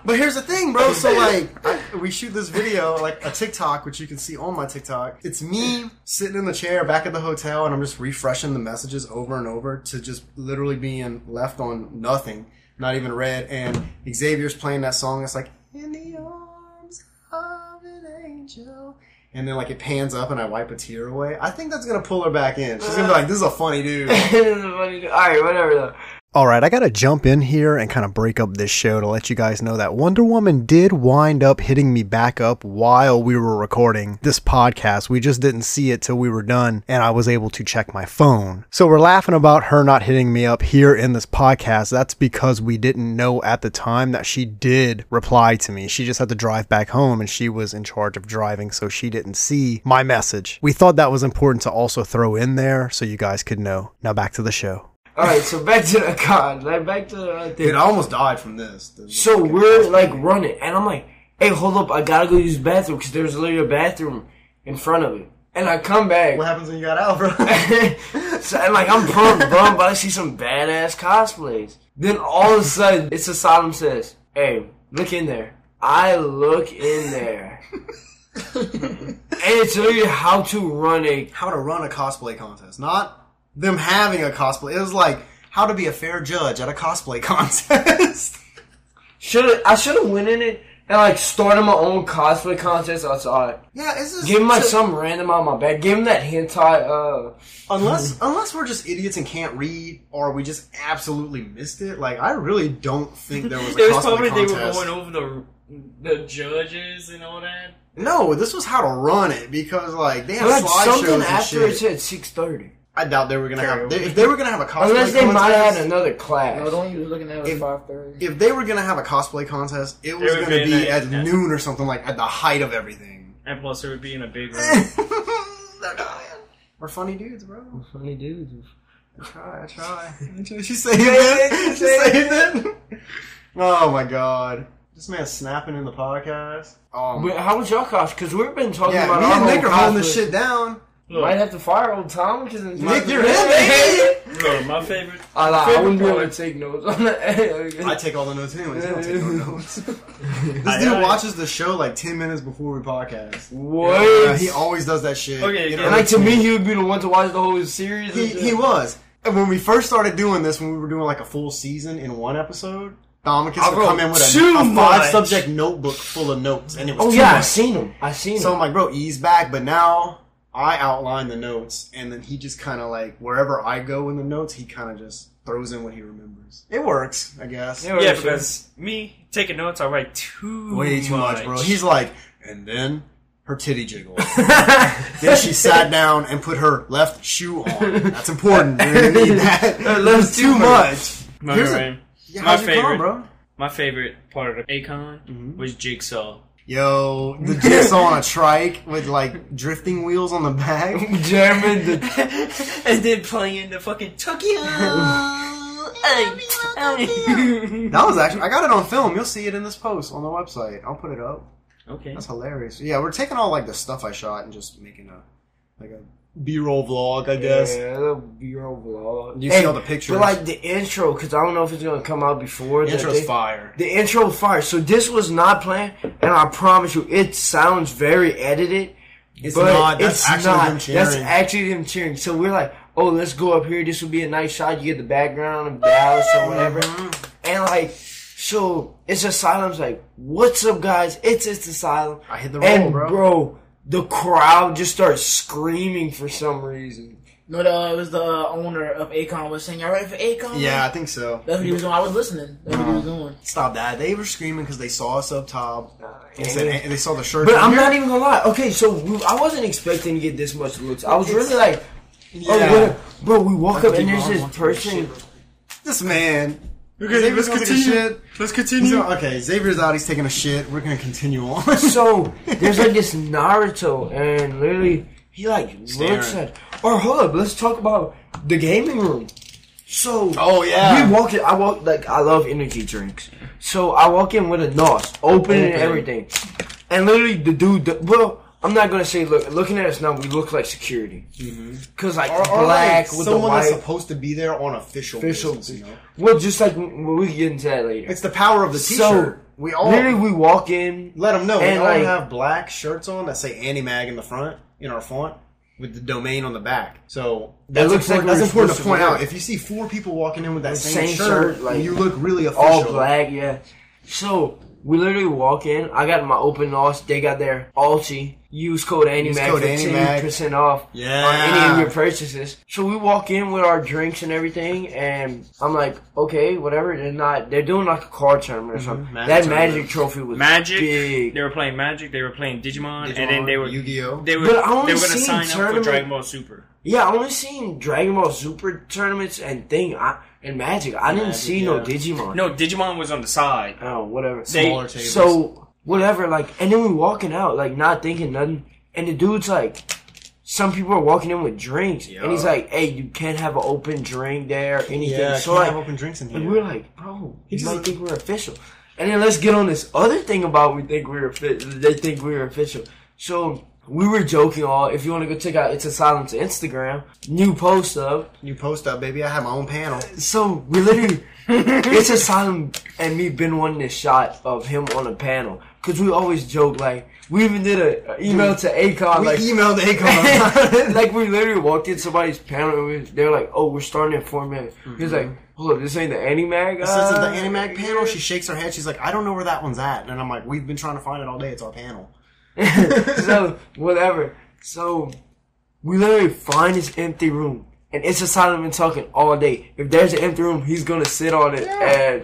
F: but here's the thing, bro. So like, I, we shoot this video, like a TikTok, which you can see on my TikTok. It's me sitting in the chair back at the hotel, and I'm just refreshing the messages over and over to just literally being left on nothing, not even read. And Xavier's playing that song. It's like in the arms of an angel. And then like it pans up and I wipe a tear away. I think that's gonna pull her back in. She's gonna be like, "This is a funny dude."
D: Alright, whatever though.
A: All right, I got to jump in here and kind of break up this show to let you guys know that Wonder Woman did wind up hitting me back up while we were recording this podcast. We just didn't see it till we were done and I was able to check my phone. So we're laughing about her not hitting me up here in this podcast. That's because we didn't know at the time that she did reply to me. She just had to drive back home and she was in charge of driving, so she didn't see my message. We thought that was important to also throw in there so you guys could know. Now back to the show.
D: Alright, so back to the con. Like back to the uh,
F: Dude,
D: thing.
F: I almost died from this. The-
D: So we're like running, and I'm like, "Hey, hold up! I gotta go use the bathroom because there's literally a bathroom in front of it." And I come back,
F: what happens when you got out, bro?
D: so, and like I'm pumped, bro, but I see some badass cosplays. Then all of a sudden, it's a solemn says, "Hey, look in there." I look in there, and it's literally how to run a.
F: how to run a cosplay contest, not them having a cosplay. It was like how to be a fair judge at a cosplay contest.
D: Should I should have went in it and like started my own cosplay contest outside.
F: yeah, it's just
D: Give him like
F: so-
D: some random on my back. Give him that hentai. Uh,
F: unless unless we're just idiots and can't read, or we just absolutely missed it. Like I really don't think there was a
C: It was
F: cosplay
C: probably
F: contest.
C: they were going over the the judges and all that.
F: no, this was how to run it because like they had
D: like
F: slideshows
D: something
F: and
D: after it
F: shit.
D: said six thirty.
F: I doubt they were gonna have they, if they were gonna have a cosplay.
D: Unless they might have
F: contest-
D: had another class.
E: No, the only you was looking at was
F: If-
E: five thirty.
F: if they were gonna have a cosplay contest, it was
C: would
F: gonna
C: be in
F: be
C: the-
F: at
C: yeah.
F: noon or something like at the height of everything.
C: And plus, it would be in a big room.
F: We're funny dudes, bro.
D: Funny dude.
F: Try, try. She's saying it. She's saying it. Oh my god, this man's snapping in the podcast. Um,
D: But how was y'all cost? Because we've been talking
F: yeah,
D: about
F: me
D: our
F: and
D: whole
F: Nick are holding this
D: cosplay.
F: shit down.
C: Look,
D: Might have to fire old Tom because
F: Nick, you're in, baby.
C: look, my favorite.
D: I, lie, I wouldn't be able to
C: Favorite
D: take notes on that.
F: I take all the notes anyways. I don't take no notes. this
C: I-
F: dude
C: I-
F: watches the show like ten minutes before we podcast.
D: what?
F: Yeah, he always does that shit.
C: Okay,
F: It
C: yeah.
D: and like to me, he would be the one to watch the whole series.
F: he,
D: and shit.
F: he was. And when we first started doing this, when we were doing like a full season in one episode, Domicus
D: I
F: would come
D: wrote
F: in with
D: too
F: a, a five
D: much.
F: subject notebook full of notes, and it was
D: Oh
F: too
D: yeah, I
F: much.
D: seen him. I seen
F: So I'm
D: him.
F: like, bro, ease back. But now I outline the notes, and then he just kind of like wherever I go in the notes, he kind of just throws in what he remembers. It works, I guess.
D: It
C: Yeah,
D: works,
C: because me taking notes, I write too
F: Way too much, bro. He's like, and then her titty jiggled. then she sat down and put her left shoe on. That's important. You're gonna need that.
D: left
F: too
D: shoe.
F: much.
C: my,
F: Here's a-
C: favorite-
F: Yeah,
C: My
F: how's your
C: favorite.
F: car, bro?
C: my favorite part of Akon
F: Mm-hmm.
C: was Jigsaw.
F: Yo, the jigsaw on a trike with like drifting wheels on the back.
D: German. The
C: and then playing the fucking Tokyo.
F: That was actually I got it on film. You'll see it in this post on the website. I'll put it up.
C: okay.
F: That's hilarious. Yeah, we're taking all like the stuff I shot and just making a like a B-roll vlog, I guess.
D: Yeah, it'll be your vlog.
F: You see all the pictures.
D: But like the intro, because I don't know if it's gonna come out before. that
F: Intro's
D: day.
F: fire.
D: The intro fire. So this was not planned, and I promise you, it sounds very edited.
F: It's
D: but
F: not. That's
D: it's
F: actually
D: not.
F: him cheering.
D: That's actually them cheering. So we're like, oh, let's go up here. This would be a nice shot. You get the background of Dallas or whatever.
F: Mm-hmm.
D: And like, so it's Asylum's like, what's up, guys? It's it's Asylum.
F: I hit the roll,
D: and
F: bro.
D: bro, the crowd just starts screaming for some reason.
E: No, the, uh, it was the owner of Akon was saying, "Y'all ready for Akon?"
F: Yeah, I think so.
E: that's what he was doing. I was listening. That's what he was doing.
F: Stop that. They were screaming because they saw us up top. They said- and they saw the shirt.
D: But I'm not even gonna lie. Okay, so we, I wasn't expecting to get this much looks. I was really like, Oh,
F: Yeah.
D: what- bro, we walk up and
E: Deep
D: there's
E: Mom
D: this
E: wants to do
D: person.
E: shit.
F: This man.
G: Okay, let's
F: Xavier's gonna take a
G: continue.
F: shit.
G: Let's
F: He's
G: continue.
F: gonna- okay, Xavier's out. He's taking a shit. We're gonna continue on.
D: So there's like this Naruto, and literally he like looks
F: Staring.
D: at. Or hold up, let's talk about the gaming room. So
F: oh yeah.
D: we walk in. I walk like I love energy drinks. So I walk in with a nos, open and
F: Open.
D: everything, and literally the dude. The, well, I'm not gonna say look. Looking at us now, we look like security.
F: Mm-hmm.
D: Cause like
F: Or- or,
D: black
F: like,
D: with the
F: someone
D: white.
F: that's supposed to be there on official
D: Official
F: business, you know?
D: well, just like we we get into that later.
F: It's the power of the
D: So,
F: t-shirt. we all
D: Literally, we walk in.
F: let them know. We
D: and,
F: all
D: like-
F: have black shirts on that say Animag in the front in our font with the domain on the back. So that's
D: looks like
F: important, that's
D: we're
F: important to
D: supposed
F: point
D: to wear
F: out.
D: it.
F: If you see four people walking in with that
D: The
F: same,
D: same
F: shirt,
D: shirt, like,
F: you look really official.
D: all black, yeah. So we literally walk in. I got my open loss. They got their Alti. Use code ANIMAC
F: code
D: for
F: ANIMAC.
D: ten percent off
F: Yeah.
D: on any of your purchases. So we walk in with our drinks and everything, and I'm like, okay, whatever. They're not. They're doing like a card tournament or something.
F: Mm-hmm. Magic
D: that
F: tournament.
D: magic trophy was
C: Magic.
D: big.
C: They were playing Magic. They were playing Digimon,
F: Digimon,
C: and then they were
F: Yu-Gi-Oh.
C: They were
D: But I only
C: they were gonna
D: seen
C: sign up for
D: tournament-
C: Dragon Ball Super.
D: Yeah, I only seen Dragon Ball Super tournaments and thing I, and Magic. I didn't
F: Magic,
D: see no
F: yeah.
D: Digimon.
C: No, Digimon was on the side.
D: Oh, whatever.
C: They-
F: Smaller tables.
D: So whatever, like, and then we walking out, like, not thinking nothing, and the dude's like, some people are walking in with drinks, and he's
F: Yeah.
D: like, "Hey, you can't have an open drink there, anything."
F: yeah,
D: so
F: can't
D: like,
F: have open drinks in here.
D: and we're like, "Bro, you
F: just-
D: might think we're official." And then let's get on this other thing about we think we're official. They think we're official. So we were joking all. If you want to go check out, it's a silence Instagram new post up.
F: you post up, baby. I have my own panel.
D: So we literally, it's just Simon and me been wanting this shot of him on a panel because we always joke like we even did a, a email to Akon
F: We
D: like.
F: emailed Akon.
D: like we literally walked in somebody's panel and we, they're like, "Oh, we're starting at four minutes." He's like, "Hold up, this ain't the Animag."
F: Mm-hmm. This isn't the
D: uh,
F: Animag panel. She shakes her head. She's like, I don't know where that one's at. And I'm like, we've been trying to find it all day. It's our panel.
D: so whatever. So we literally find this empty room, and it's a Solomon talking all day. If there's an empty room, he's gonna sit on it and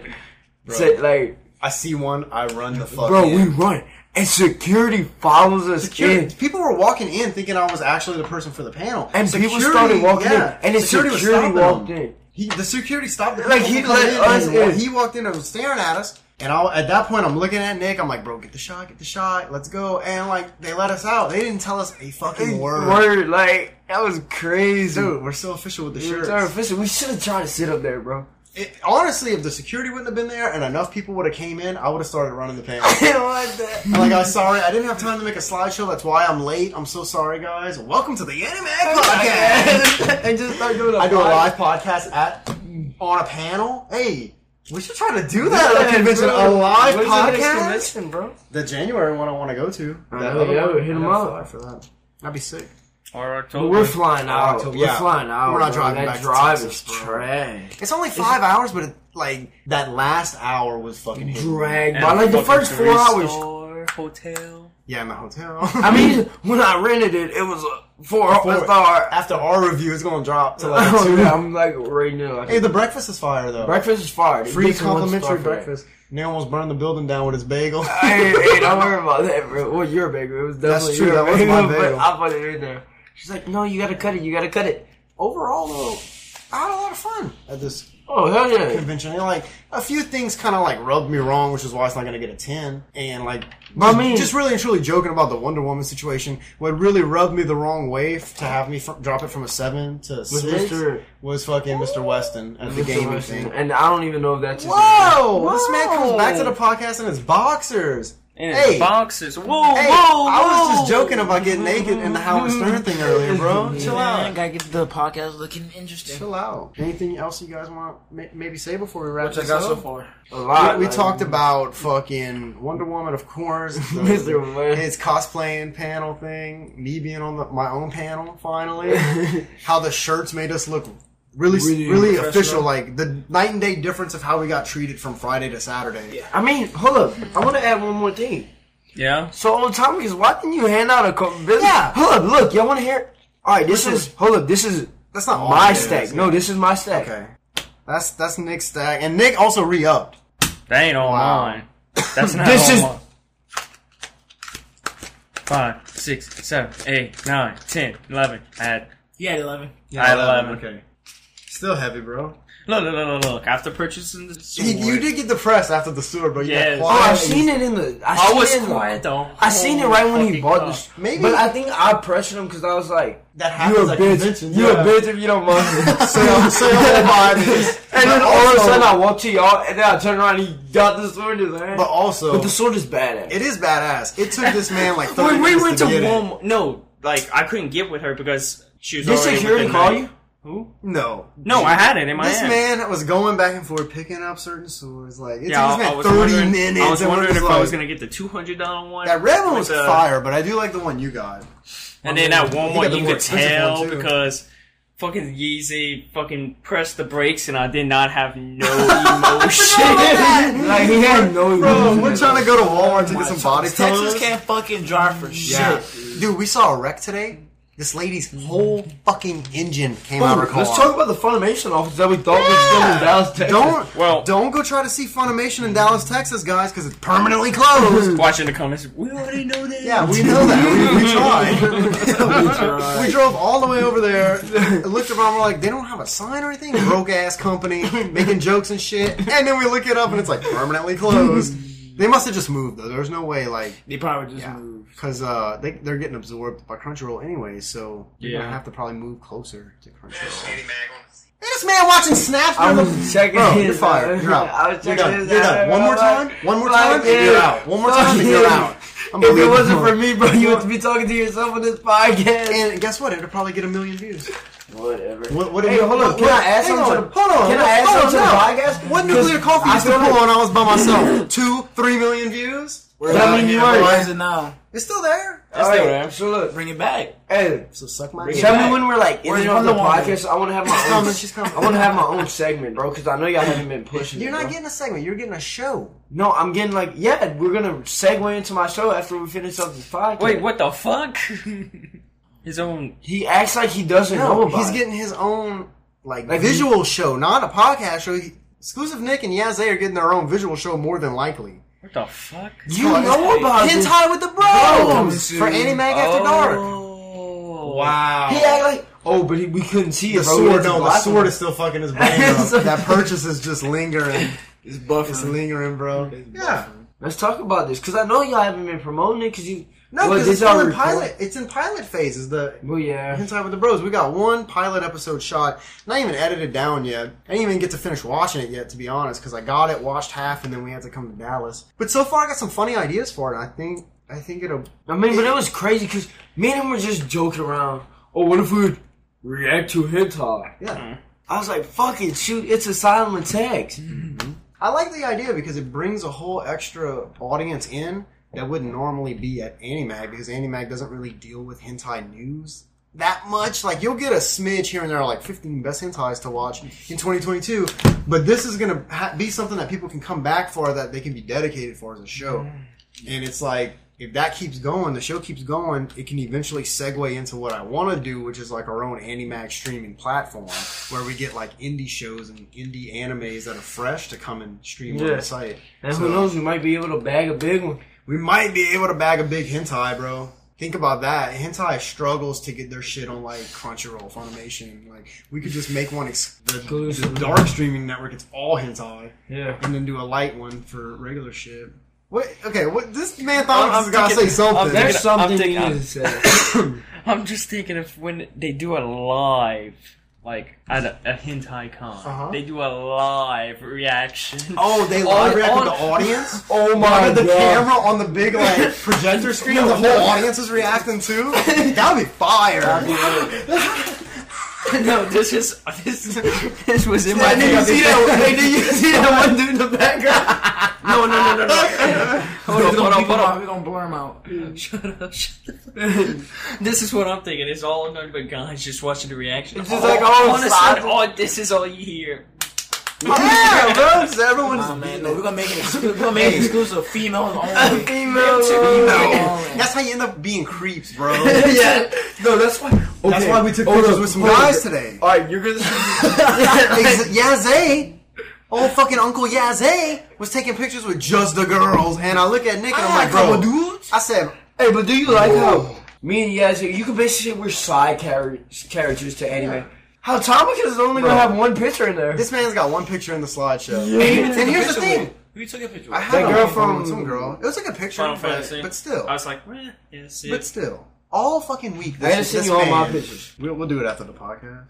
D: sit like,
F: I see one. I run the fuck.
D: bro,
F: in.
D: we run, and security follows us
F: Security-
D: in.
F: people were walking in thinking I was actually the person for the panel,
D: And
F: security,
D: people started walking
F: yeah,
D: in, and the security,
F: was stopping
D: walked
F: them.
D: in.
F: He, the security stopped. The
D: Like,
F: people
D: he
F: from
D: let
F: coming
D: us
F: and wa-
D: in.
F: He walked in and was staring at us. And I, at that point, I'm looking at Nick. I'm like, "Bro, get the shot, get the shot, let's go." And like, they let us out. They didn't tell us a fucking word.
D: Word, like that was crazy.
F: Dude, we're so official with the
D: Dude,
F: shirts.
D: sorry, official, we should have tried to sit up there, bro.
F: It- honestly, if the security wouldn't have been there and enough people would have came in, I would have started running the panel.
D: You know what the-
F: like, I'm sorry, I didn't have time to make a slideshow. That's why I'm late. I'm so sorry, guys. Welcome to the Anime Podcast.
D: and just start doing a
F: I do a
D: pod-
F: live podcast at on a panel. Hey, we should try to do that at a convention.
D: bro.
F: A live
D: When's the next
F: podcast.
D: convention, bro.
F: The January one I want to go to. That
D: know,
F: other
D: yeah,
F: one,
D: hit 'em
F: I'd
D: up.
F: fly for that. That'd be sick.
C: Or October.
D: But we're flying out.
F: October,
D: We're
F: yeah.
D: flying out.
F: We're not
D: bro.
F: driving
D: That
F: back to
D: drive
F: Texas,
D: is
F: bro.
D: trash.
F: It's only five hours, but it, like that last hour was fucking hidden.
D: Drag,
C: At
D: bro.
C: a
D: Like the
C: fucking
D: first four
C: tourist
D: hours.
C: store, hotel.
F: Yeah, in the hotel.
D: I mean, when I rented it, it was a four
F: Four-
D: star.
F: after our review, it's gonna drop to like
D: Oh,
F: two.
D: yeah, I'm like right now.
F: Hey, the breakfast is fire though.
D: breakfast is fire. They
F: Free
D: give you one star
F: complimentary
D: for that.
F: breakfast. They almost burned the building down with his bagel.
D: hey, hey, don't worry about that, bro. Well, your bagel. It was definitely
F: true,
D: your
F: that was my
D: bagel,
F: bagel.
D: But I put it in there. She's like, no, you gotta cut it. You gotta cut it.
F: Overall, though, I had a lot of fun at this
D: Oh hell yeah!
F: convention. And, like a few things, kind of like rubbed me wrong, which is why it's not gonna get a ten. And like,
D: But I
F: just-
D: mean-
F: just really and truly joking about the Wonder Woman situation, what really rubbed me the wrong way f- to have me fr- drop it from a seven to
D: With
F: six
D: Mr.
F: was fucking Mr. Weston at the
D: Mr.
F: gaming
D: Weston.
F: thing.
D: And I don't even know if that's his
F: Whoa! This man comes
C: Whoa.
F: back to the podcast in his boxers.
C: And
F: Hey.
C: boxes. Whoa,
F: Hey,
C: whoa,
F: I was just
C: whoa.
F: joking about getting naked in the Howard Stern thing earlier, bro. Chill
E: Yeah,
F: out.
E: gotta get the podcast looking interesting.
F: Chill out. Anything else you guys want to maybe say before we wrap
E: Which I
F: this
E: got so
F: up?
E: far.
D: name. A lot.
F: we, we
D: like-
F: talked about fucking Wonder Woman, of course, the-
D: Mr. West.
F: his cosplaying panel thing, me being on the, my own panel finally, how the shirts made us look really really,
D: Really
F: official, like the night and day difference of how we got treated from Friday to Saturday.
D: I mean, hold up. I want to add one more thing.
C: Yeah.
D: So, old Tommy's, why didn't you hand out a couple business?
F: Yeah.
D: Hold up, look. Y'all want to hear? All right, this is. Hold up, this is
F: Oh, That's not all
D: my
F: it is.
D: stack. No, this is my stack.
F: Okay. That's that's Nick's stack, and Nick also re-upped.
C: That ain't all
F: Wow.
C: mine. That's not
D: This
C: all
D: is-
C: mine. Five, six, seven, eight, nine, ten, eleven. I had
E: Yeah, eleven.
F: Yeah,
C: I
F: eleven,
C: love it.
F: Um, Okay. Still heavy, bro.
C: Look, look, look, look, look. After purchasing the sword,
F: You, you did get depressed after the sewer, but you
C: Yes.
F: got
D: Oh,
F: quiet.
D: I've seen it in the. I,
C: I
D: seen
C: was
D: it in the-
C: quiet though.
D: I seen it right when he bought this.
F: Oh, Maybe-
D: but I think I pressured him because I was like,
F: That
D: "You
F: happens
D: a
F: at
D: bitch.
F: conventions.
D: You
F: yeah.
D: a bitch if you don't mind."
F: So, so I'll buy this.
D: and then
F: But
D: all of a
F: also-
D: sudden I walked to y'all, and then I turned around. and He got the sword in his hand.
F: But
D: But,
F: also,
D: the sword is badass.
F: it is badass. It took this man like
C: We,
F: thirty
C: we
F: minutes
C: went to
F: to, get it.
C: Walmart. No, like I couldn't get with her because she was.
D: Did
C: already
D: security
C: within
D: call
C: the-
D: you?
C: Who?
F: No,
C: No, I had it in my
F: this
C: hand.
F: man was going back and forth picking up certain swords. Like it
C: yeah, I,
F: took this
C: I
F: man
C: was
F: thirty
C: wondering,
F: minutes.
C: I was
F: and we're
C: wondering if
F: just
C: I
F: like-
C: was gonna get the two hundred dollar one.
F: That red one was
C: with the-
F: fire, but I do like the one you got.
C: And then at
F: You
C: one
F: got
C: point
F: the
C: you
F: more
C: could
F: expensive
C: tell
F: one, too.
C: because fucking Yeezy fucking pressed the brakes and I did not have no emotion.
D: like he had no.
F: Bro,
D: emotion.
F: we're trying to go to Walmart to get some body
E: Texas
F: pillows.
E: can't fucking drive for shit.
F: Yeah, dude, we saw a wreck today. This lady's whole fucking engine came out of her car.
D: Let's talk about the Funimation office that we thought was still in Dallas, Texas.
F: don't
C: Well-
F: don't go try to see Funimation in Dallas, Texas, guys, because it's permanently closed.
C: Watching the comments, we already know this.
F: yeah, we know that. We, we tried. we drove all the way over there, looked around. We're like, they don't have a sign or anything. Broke ass company making jokes and shit. And then we look it up, and it's like permanently closed. They must have just moved though. There's no way like
E: They probably just
F: Yeah.
E: moved.
F: Because uh, they they're getting absorbed by Crunchyroll anyway, so you're
C: Yeah.
F: gonna have to probably move closer to Crunchyroll. Hey, this man watching snaps.
D: I
F: brother.
D: was checking
F: Bro,
D: his
F: you're fired.
D: out.
F: You're out.
D: I was
F: you're
D: checking
F: done.
D: his
F: you're
D: out.
F: done. One more time.
D: Like,
F: One more
D: like,
F: time. and you're
D: dude,
F: out. One more
D: fuck
F: time. and You're
D: you.
F: out. I'm
D: If it
F: leaving.
D: wasn't for me, bro, you would be talking to yourself on this podcast.
F: And guess what? It'll probably get a million views.
D: Whatever.
F: What? what
D: Hey,
F: what-
D: hold on.
F: what-
D: Can I add
F: hang
D: something to the-
F: on. Hold on.
D: can I add
F: hold
D: something to the
F: on, no.
D: podcast?
F: What
D: 'Cause
F: nuclear coffee
D: I
F: used to
D: feel
F: pull
D: like-
F: when I was by myself? Two, three million views.
E: Where
D: How
E: is
D: many
E: it?
D: you are?
E: Where is it now?
F: It's still there.
D: All
C: still
D: right,
C: there.
D: so look,
E: Bring it back.
D: hey,
F: So suck my.
E: Bring
F: dick.
E: it
D: tell
E: back.
D: me when we're like in
E: Where's
D: the
E: Wonder Woman?
D: podcast. I want to have my
F: She's
D: own.
F: coming, she's coming.
D: I want to have my own segment, bro, because I know y'all haven't been pushing.
F: You're
D: it,
F: not
D: bro.
F: getting a segment. You're getting a show.
D: No, I'm getting like, yeah, we're gonna segue into my show after we finish up this podcast.
C: Wait, what the fuck? His own.
D: He acts like he doesn't know
F: No,
D: about
F: he's
D: it.
F: getting his own like,
D: Like,
F: visual show, not a podcast show. He- Exclusive Nick and Yazay are getting their own visual show more than likely.
C: What the fuck?
D: You know about this.
F: Hentai with the
E: coming
F: Bros
E: soon.
F: for Anime Mag After Dark.
C: Oh.
F: Wow.
D: He act like, oh, but he, we couldn't see it.
F: the
D: bro. We
F: sword,
D: had to
F: no, the
D: block
F: sword
D: him.
F: is still fucking his brain. bro.
D: So-
F: that purchase is just lingering.
E: It's buffering.
F: It's lingering, bro. Yeah.
D: Let's talk about this because I know y'all haven't been promoting it because you.
F: No,
D: Well,
F: because
D: did
F: it's
D: y'all
F: still in
D: record-
F: pilot. It's in pilot phase. Is the
D: Well, yeah.
F: Hentai with the Bros. We got one pilot episode shot, not even edited down yet. I didn't even get to finish watching it yet, to be honest, because I got it, watched half, and then we had to come to Dallas. But so far, I got some funny ideas for it. and I think I think it'll.
D: I mean, but it was crazy because me and him were just joking around. Oh, what if we would react to hentai?
F: Yeah,
D: I was like, fuck it, shoot, it's a silent text.
F: I like the idea because it brings a whole extra audience in that wouldn't normally be at Animag because Animag doesn't really deal with hentai news. That much, like you'll get a smidge here and there, like 15 best hentais to watch in 2022. But this is gonna ha- be something that people can come back for, that they can be dedicated for as a show. And it's like, if that keeps going, the show keeps going, it can eventually segue into what I want to do, which is like our own Animag streaming platform where we get like indie shows and indie animes that are fresh to come and stream on
D: Yeah.
F: the site.
D: And
F: So-
D: who knows, we might be able to bag a big one.
F: We might be able to bag a big hentai, bro. Think about that. Hentai struggles to get their shit on like Crunchyroll, Funimation. Like we could just make one ex- the, the
D: Exclusive.
F: dark streaming network. It's all hentai,
D: Yeah.
F: and then do a light one for regular shit. What? Okay. What? This man thought
C: I'm
F: I was gonna
C: thinking-
F: say something.
C: I'm
D: There's
C: thinking- I'm
D: something you
C: thinking-
D: need to say.
C: I'm just thinking of when they do a live, like at a, a hentai con,
F: Uh-huh.
C: they do a live reaction.
F: Oh, they
C: On-
F: live react with
C: on-
F: the audience.
D: Oh
F: Out
D: my
F: of the
D: god.
F: camera on the big like projector screen, and the whole audience is reacting too. That'd be fire.
C: no, this is this this was in
F: Yeah,
C: my
F: I knew
C: head.
F: you see that.
D: Hey, did you see that one dude in the background?
C: No, no, no, no, no. hold on, hold on, hold on.
E: We're gonna blur him out.
C: Shut up, shut the fuck up. This is what I'm thinking. It's all none but guys just watching the reaction.
D: It's just like, oh,
C: honestly,
D: sad.
C: oh, this is all you hear.
F: Yeah, bro. So everyone's
E: Nah, Oh, man, no, we're gonna make it. exclu- We're gonna make it exclusive. Females only.
D: Female.
E: Female only.
F: That's how you end up being creeps, bro.
D: yeah. No, that's why.
F: That's
D: okay,
F: why we took
D: hold
F: pictures
D: up,
F: with some
D: hold
F: guys
D: up.
F: today.
D: All right, you're gonna.
F: Yazay, old fucking Uncle Yazay, was taking pictures
D: Ah,
F: with just the girls, and I look at Nick and I'm like, bro,
D: dudes.
F: I said,
D: Hey, but do you like how Me and Yaz, you could basically say we're side characters, characters to anime. How Tomic is only gonna have one picture in there.
F: This man's got one picture in the slideshow.
D: Yeah.
F: And here's the thing.
C: Who took a picture?
F: I
C: with?
F: had
D: That
F: a
D: girl
F: girl
D: from-
F: from some girl. It was like a picture,
C: Final
F: but,
C: Fantasy.
F: but still,
C: I was like, eh, yeah, see.
F: but still, all fucking week. This,
D: I just sent
F: this
D: you all
F: man-
D: my pictures.
F: We'll, we'll do it after the podcast.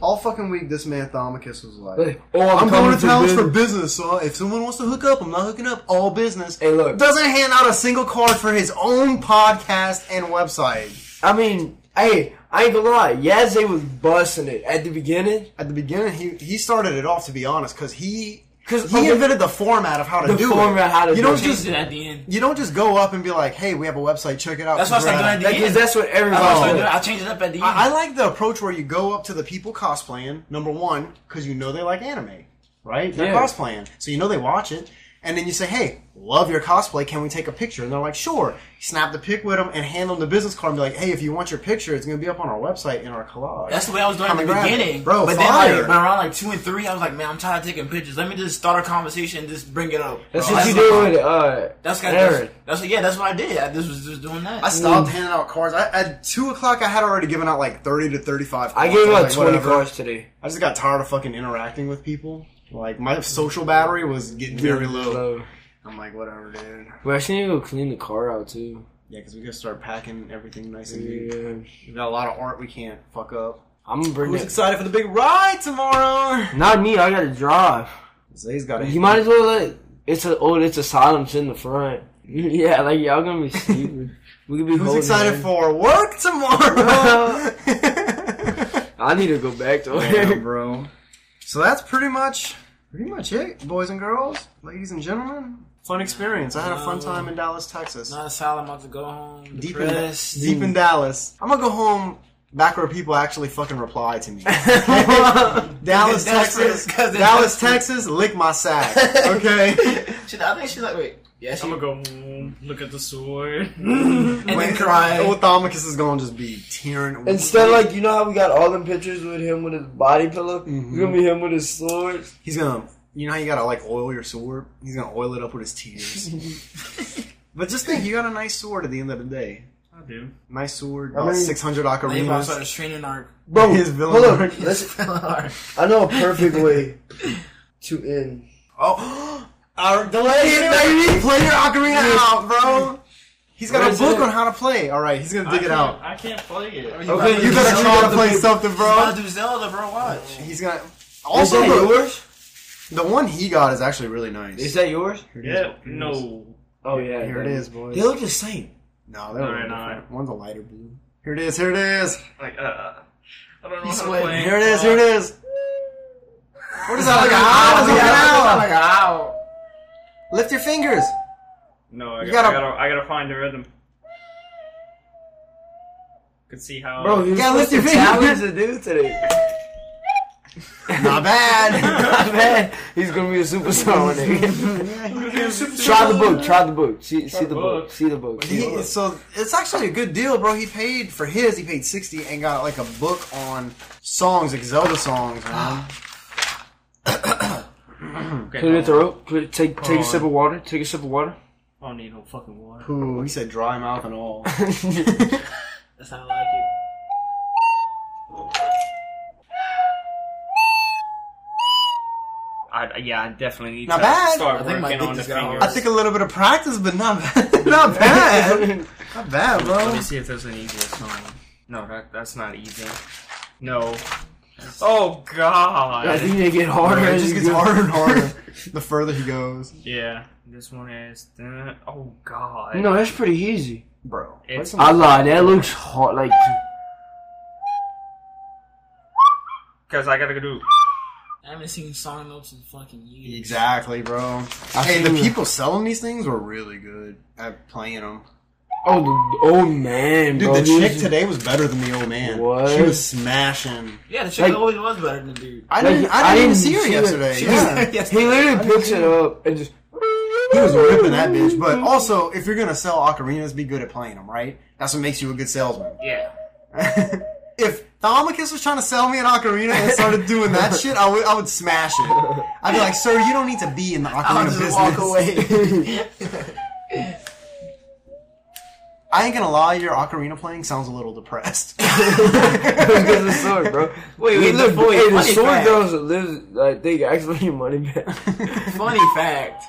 F: All fucking week, this man Thomicus was like,
D: Hey, oh, I'm coming for business."
F: business. So if someone wants to hook up, I'm not hooking up. All business."
D: Hey, look.
F: doesn't hand out a single card for his own podcast and website.
D: I mean, hey, I ain't gonna lie, Yazzie was busting it at the beginning.
F: At the beginning, he he started it off to be honest, because he
D: 'Cause-
F: he
D: okay.
F: invented the format of how to
D: The
F: do
D: format
F: it.
D: how to
F: you
D: do
F: don't
D: it.
F: just
E: Just at the end.
F: you don't just go up and be like, "Hey, we have a website. Check it out."
E: That's what I
F: We're
E: started
F: at-
E: doing at the
D: That-
E: end.
D: 'cause that's what
E: That's what I started
D: everybody.
E: doing. I changed it up at the end.
F: I, I like the approach where you go up to the people cosplaying, number one, because you know they like anime, right? They're
D: Yeah.
F: cosplaying. So you know they watch it. And then you say, hey, love your cosplay. Can we take a picture? And they're like, sure. Snap the pic with them and hand them the business card and be like, hey, if you want your picture, it's going to be up on our website in our collage.
E: That's the way I was doing at
F: Come
E: the
F: and grab it.
E: beginning.
F: Bro,
E: but
F: fire.
E: then like, around like two and three, I was like, man, I'm tired of taking pictures. Let me just start a conversation and just bring it up.
D: That's
E: Bro,
D: what you do with it. Uh,
E: That's got
D: Aaron.
E: that's, that's what- yeah, that's what I did. I just was just doing that.
F: I
D: Mm.
F: stopped handing out cards. I, at 2 o'clock, I had already given out like 30 to 35 cards.
D: I gave
F: was
D: out
F: like,
D: 20
F: whatever.
D: cards today.
F: I just got tired of fucking interacting with people. Like, my social battery was getting very low. I'm like, whatever, dude.
D: We actually need to go clean the car out too.
F: Yeah, because we gotta start packing everything nice and neat.
D: Yeah.
F: We got a lot of art we can't fuck up.
D: I'm gonna bring it.
F: excited for the big ride tomorrow?
D: Not me. I gotta drive.
F: Zay's got it.
D: You might as well let. It's a oh, it's asylums in the front. Yeah, like y'all gonna be stupid. We could be.
F: Who's
D: holding
F: excited
D: hands.
F: for work tomorrow?
D: I need to go back to
F: Damn,
D: it.
F: bro. So that's pretty much pretty much it, boys and girls, ladies and gentlemen. Fun experience. I had a fun time in Dallas, Texas.
E: Not solid. I'm about to go home.
F: Deep in,
E: depressed.
F: deep in Dallas. I'm gonna go home back where people actually fucking reply to me. Dallas,
E: They're desperate.
F: Texas.
E: 'Cause they're
F: Dallas,
E: desperate.
F: Texas. Lick my sack. Okay.
E: She- I think she's like, wait, yeah, she,
C: I'm gonna go home, look at the sword.
E: and then cry.
F: Old Thomicus is gonna just be tearing.
D: Instead, like you know how we got all them pictures with him with his body pillow. We're gonna be him with his sword.
F: he's gonna, you know how you gotta like oil your sword. He's gonna oil it up with his tears. but just think, you got a nice sword at the end of the day.
C: I do.
F: Nice sword,
D: I
F: about
D: mean-
F: six hundred
E: They about
F: ocarinas.
E: started training our
D: Bro,
F: His villain
D: hold on.
F: arc.
D: Let's,
E: our-
D: I know a perfect way to end.
F: Oh, our delay it, baby. Play your ocarina out, bro. He's got
D: Where
F: a
D: is
F: book
D: it?
F: on how to play. All right, he's gonna dig
C: I
F: it
C: can't-
F: out.
C: I can't play it.
D: Okay,
F: You better try to play something,
E: I'll
F: bro.
E: do Zelda, bro. Watch.
F: He's gonna.
D: Is
F: Also,
D: that
F: the,
D: yours?
F: the one he got is actually really nice.
D: Is that yours?
C: Yeah, no.
D: Oh yeah,
F: Here it
D: that-
F: is, boys.
D: They look the same.
F: No, they're
C: No,
F: really
C: they're not.
F: different. One's a lighter blue. Here it is. Here it is.
C: Like, uh, I don't know
E: He's
C: how to play.
E: sweating.
F: Here it is. Here it is. What is Ah, that? Like a
D: Ah,
E: Ow,
F: house?
E: yeah,
F: Ow.
E: like, ow.
F: Lift your fingers.
C: No, I,
F: You
C: gotta,
F: gotta-
C: I gotta, I gotta find the rhythm. Could see how.
D: Bro, you
F: Yeah,
D: gotta
F: lift
D: lift
F: your
D: your
F: finger.
D: challenge to do today.
F: Not bad.
D: Man, he's gonna be a superstar one day. try
C: Try
D: the book. Try the book. See, see the
C: book.
D: book. See the book.
F: He- so it's actually a good deal, bro. He paid for his. He paid sixty and got like a book on songs, like Zelda songs. Man.
D: Clear your
C: Okay,
D: throat. Clear, take take a
C: on.
D: sip of water. Take a sip of water.
C: I don't need no fucking water.
F: Ooh, he said dry mouth and all.
E: That's how I like it.
C: I, yeah, I definitely need
F: Not
C: to
F: bad.
C: start
E: I think
C: working
E: my dick
C: on the
E: just got
C: fingers.
F: I think a little bit of practice, but not bad. not bad. Not bad,
C: Let
F: bro.
C: me see if there's an easier song. No, that, that's not easy. No. Oh
D: I
C: god.
D: think they get harder.
F: It
D: as
F: just
D: you
F: gets
D: go.
F: harder and harder the further he goes,
C: Yeah, this one is. Oh god.
D: No, that's pretty easy.
F: bro.
C: It's
D: I lied. That looks hard. Like
C: because I gotta do.
E: I haven't seen song notes in fucking years.
F: Exactly, bro. Hey, the people selling these things were really good at playing them.
D: oh, the- oh man,
F: Dude,
D: bro,
F: the
D: he
F: chick
D: was-
F: today was better than the old man.
D: What?
F: She was smashing.
E: Yeah, the chick
D: Like-
E: always was better than the dude.
F: I
D: Like,
F: didn't. I didn't,
D: I
F: even
D: didn't
F: see her
D: see it.
F: yesterday.
D: She
F: yeah.
E: Yes,
D: He literally picks it up and just.
F: He was ripping that bitch. But also, if you're gonna sell ocarinas, be good at playing them, right? That's what makes you a good salesman.
C: Yeah.
F: if Thomicus was trying to sell me an ocarina and started doing that shit, I would I would smash it. I'd be like, sir, you don't need to be in the ocarina
E: I'll just
F: business.
E: walk away.
F: I ain't gonna lie, your ocarina playing sounds a little depressed.
D: Because the sword, bro. Wait,
E: wait,
D: look,
E: before you-
D: hey, the
E: funny
D: sword
E: fact.
D: girls that live like they actually your money back.
E: Funny fact.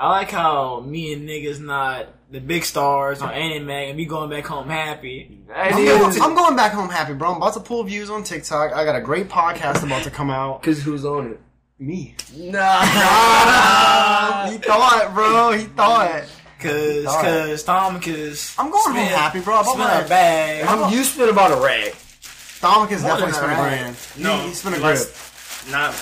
E: I like how me and niggas not the big stars on anime and me going back home happy.
F: I'm,
D: That
F: going,
D: is
F: I'm going back home happy, bro. I'm about to pull views on TikTok. I got a great podcast about to come out.
D: because who's on it?
F: Me.
D: Nah.
F: he thought, it, bro. He thought. it.
E: Cause,
F: Alright.
E: cause Tom, cause
F: I'm going home happy, bro. I bought
E: Spin
F: my-
E: a bag.
D: I'm, you spent about a rag.
F: Dominic is definitely
E: than
F: spent a
E: that.
F: grand.
C: No,
F: he, he spent a
C: less-
F: grip.
C: Not.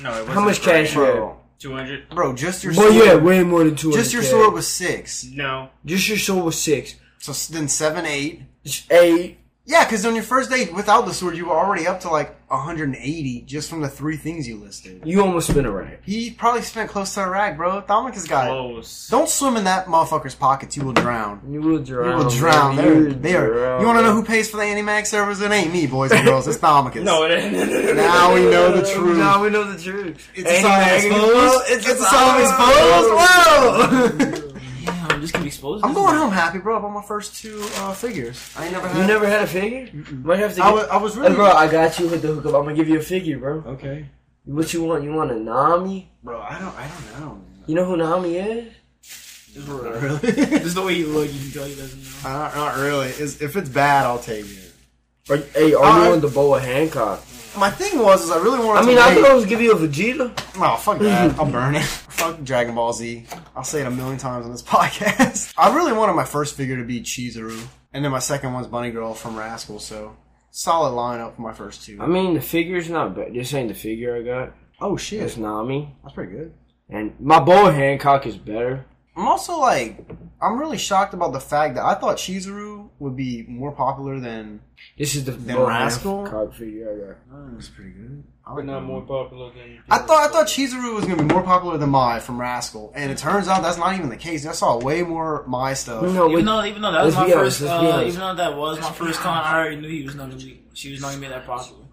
C: No, it wasn't.
D: How much cash you had?
F: Bro,
C: Two hundred.
F: bro, just your
D: Well,
F: sword.
D: you had Oh, way more than two.
F: just your sword was six.
C: No.
D: Just your sword was six.
F: So s- then seven, eight.
D: It's Eight.
F: Yeah, because on your first date without the sword, you were already up to like 180 just from the three things you listed.
D: You almost spent a rag.
F: He probably spent close to a rag, bro. Dominic has got it.
C: Close.
F: Don't swim in that motherfucker's pockets. You will drown.
D: You will drown.
F: You will drown.
D: man.
F: They're,
D: will
F: they are.
D: drown.
F: You want to know who pays for the Animax servers? It ain't me, boys and girls. It's Dominic.
C: No, it ain't.
F: Now we know the truth.
D: Now we know the truth.
F: It's a solemn exposed. It's, a solemn exposed. Whoa!
E: Yeah, I'm just gonna be exposed.
F: I'm going home happy, bro. I bought my first two uh, figures. I ain't never had.
D: You never had a figure? Might have to. Get,
F: I was, I was
D: Hey,
F: really.
D: bro, I got you with the hookup. I'm gonna give you a figure, bro.
F: Okay.
D: What you want? You want a Nami?
F: Bro, I don't. I don't know. Man.
D: You know who Nami is?
F: Really?
E: Just the way you look, you can tell he doesn't know.
F: not, not really. It's, if it's bad, I'll take it.
D: Or, hey, are
F: Uh,
D: you on the boa Hancock?
F: My thing was, is I really wanted.
D: I mean,
F: to
D: I could
F: make-
D: always give you a Vegeta.
F: Oh, fuck that. I'll burn it. fuck Dragon Ball Z. I'll say it a million times on this podcast. I really wanted my first figure to be Chizuru, and then my second one's Bunny Girl from Rascal. So solid lineup for my first two.
D: I mean, the figure's not bad. This ain't the figure I got.
F: oh shit,
D: It's Nami,
F: that's pretty good.
D: and my boa Hancock is better.
F: I'm also like, I'm really shocked about the fact that I thought Chizuru would be more popular than.
D: This is the
F: Then
D: boa
F: Rascal?
D: Hancock figure I got.
F: That's pretty good. I,
C: But
F: like
C: not
F: that
C: more
F: one.
C: popular than.
F: I thought I thought Chizuru was gonna be more popular than Mai from Rascal, and it turns out that's not even the case. I saw way more Mai stuff.
D: No,
E: Even
D: wait.
E: though, even though that was
D: Let's
E: my
D: be honest,
E: first,
D: let's be
E: uh,
D: honest.
E: even though that was my first con, I already knew he was not gonna be. She was not gonna be that popular.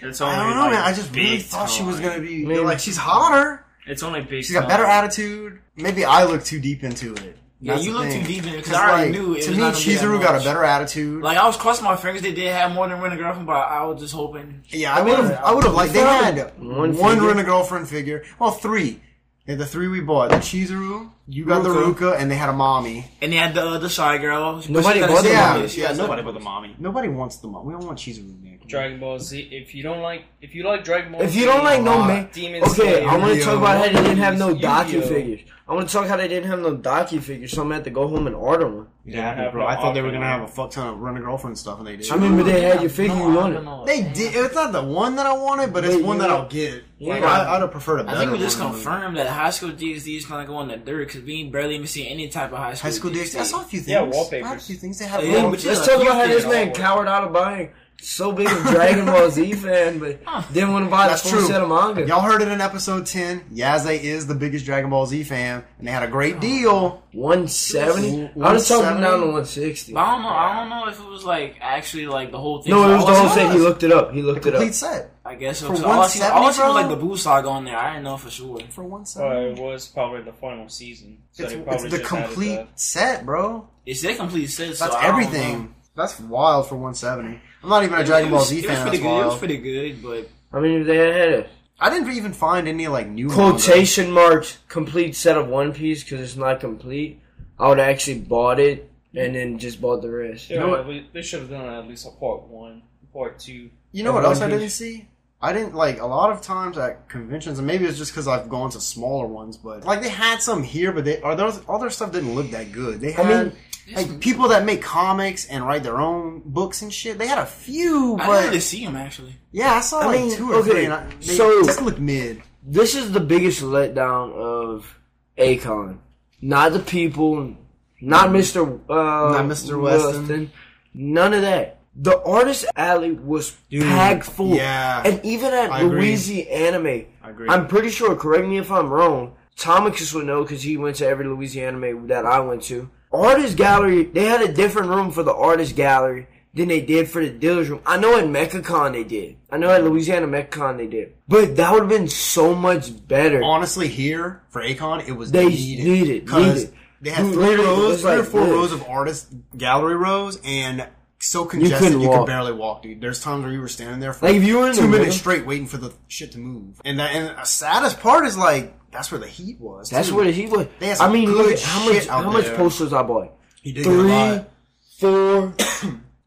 C: It's only.
F: I don't know,
C: like,
F: man. I just really
C: big
F: thought she was
C: time.
F: gonna be
D: Man.
F: like she's hotter.
C: It's only big.
F: She's got better
C: time.
F: attitude. Maybe I look too deep into it.
E: Yeah,
F: That's
E: you
F: the
E: look
F: thing.
E: too deep in it because
F: 'Cause,
E: I already
F: like,
E: knew it was
F: to me,
E: not gonna be that
F: Chizuru got a
E: much.
F: better attitude.
E: Like I was crossing my fingers, they did have more than Rent a Girlfriend, but I was just hoping.
F: yeah, I would have. I would have liked. They had one,
D: One figure.
F: rent a girlfriend figure. Well, three. They had the three we bought. The Chizuru, you got
D: Ruka.
F: the Ruka, and they had a mommy.
E: And they had the uh, the shy girl. but she
D: Nobody
E: got a
D: bothered
E: shit
D: him.
E: on
F: Yeah,
E: it. She
F: yeah,
E: got a
F: nobody
E: shit on
F: bothered
E: it.
F: Nobody wants the mom. We don't want Chizuru, man.
C: Dragon Ball Z. If you don't like, if you like Dragon Ball,
D: If you don't like no
F: Lot.
D: man,
C: Demon
D: okay,
C: Slayer,
D: I want to talk about how they didn't have no
C: Yu-Gi-Oh.
D: docu figures. I want to talk how they didn't have no docu figures, so I'm gonna have to go home and order one.
C: Yeah, I have
F: bro.
C: no
F: I thought they were gonna
C: option.
F: have a fuck ton of rent a girlfriend stuff, and they did.
D: I remember they had your figure
E: No,
D: you
E: I
D: wanted.
E: don't know.
F: They did. It's not the one that I wanted, but it's
D: Wait,
F: one
D: you-
F: that I'll get. Like,
D: Yeah.
F: I, I'd have preferred a better
E: I think we just
F: one.
E: confirmed that high school DxD is gonna go in the dirt because we ain't barely even see any type of high school.
F: High school DxD. I saw a few things.
C: Yeah,
F: I had a
C: wallpapers.
F: few things. They had.
E: Yeah,
F: wall-
E: but you-
D: Let's
E: Yeah,
D: talk
E: you
D: about how this
C: did
D: man
C: all
D: cowered out of buying so big a Dragon Ball Z fan, but didn't want to buy the
F: That's
D: full
F: true.
D: set of manga.
F: Y'all heard it in episode ten. Yaze is the biggest Dragon Ball Z fan, and they had a great deal.
D: 170?
F: Ooh,
D: I was talking
F: 170?
D: down to 160.
E: But I don't know. I don't know if it was like actually like the whole thing.
D: No, it was the
E: All I
D: whole
E: saw-
D: set. He looked it up. He looked it up.
F: Complete set
E: I guess so.
F: For
E: 'cause All I seen, all I seen
F: 170,
E: was like
F: bro?
E: the Boo saga on there. I didn't know for sure.
F: for one
C: Uh,
F: set.
C: it was probably the final season. So
F: It's,
C: they
F: it's
C: probably
F: the
C: just added
F: complete
C: the-
F: set, bro.
E: It's their complete set. so
F: That's
E: I don't know.
F: everything. That's wild for 170. I'm not even a Dragon
E: It
F: Ball
E: was-
F: Z
E: It was
F: fan.
E: pretty
F: That's
E: good. It was
F: wild.
E: pretty good, but
D: I mean, if they had had a
F: I didn't even find any like new manga.
D: quotation marks complete set of One Piece because it's not complete, I would actually bought it and then just bought the rest.
C: Yeah,
D: You know what?
C: we- they should have done at least a part one, part two.
F: You know
D: Of
F: what
D: One
F: else I
D: Piece.
F: didn't see? I didn't like a lot of times at conventions, and maybe it's just because I've gone to smaller ones. But like they had some here, but they are those all their stuff didn't look that good. They
D: I
F: had
D: mean,
F: like people that make comics and write their own books and shit. They had a few,
E: I didn't
F: but
E: really see him actually.
F: yeah, I saw
D: I
F: like
D: mean,
F: two or
D: okay,
F: three, and I, they
D: so-
F: just looked mid.
D: this is the biggest letdown of Akon. Not the people, not Mr. Uh,
F: Not Mr. Weston.
D: None of that. The artist alley was packed full.
F: yeah.
D: And even at
F: I agree.
D: Louisiana Anime,
F: I agree.
D: I'm pretty sure, correct me if I'm wrong, Tomicus would know because he went to every Louisiana Anime that I went to. Artist gallery, they had a different room for the artist gallery than they did for the dealer's room. I know at MechaCon they did. I know at Louisiana MechaCon they did. But that would have been so much better.
F: Honestly, here for Akon, it was
D: They
F: needed.
D: needed,
F: 'Cause
D: needed.
F: They had
D: Dude,
F: three
D: literally, it
F: rows,
D: was
F: three or
D: like
F: four
D: this.
F: rows of artist gallery rows, and so congested you,
D: couldn't
F: could
D: walk.
F: barely walk, dude. There's times where you were standing there for
D: Like, if you were in
F: two
D: the
F: minutes
D: middle-
F: straight waiting for the shit to move. And that, and the saddest part is like that's where the heat was.
D: That's
F: too.
D: what he was.
F: They had some
D: I mean,
F: good
D: look at how much
F: shit out
D: how much
F: there.
D: posters I bought.
F: he did get a
D: Three,
F: lot.
D: four.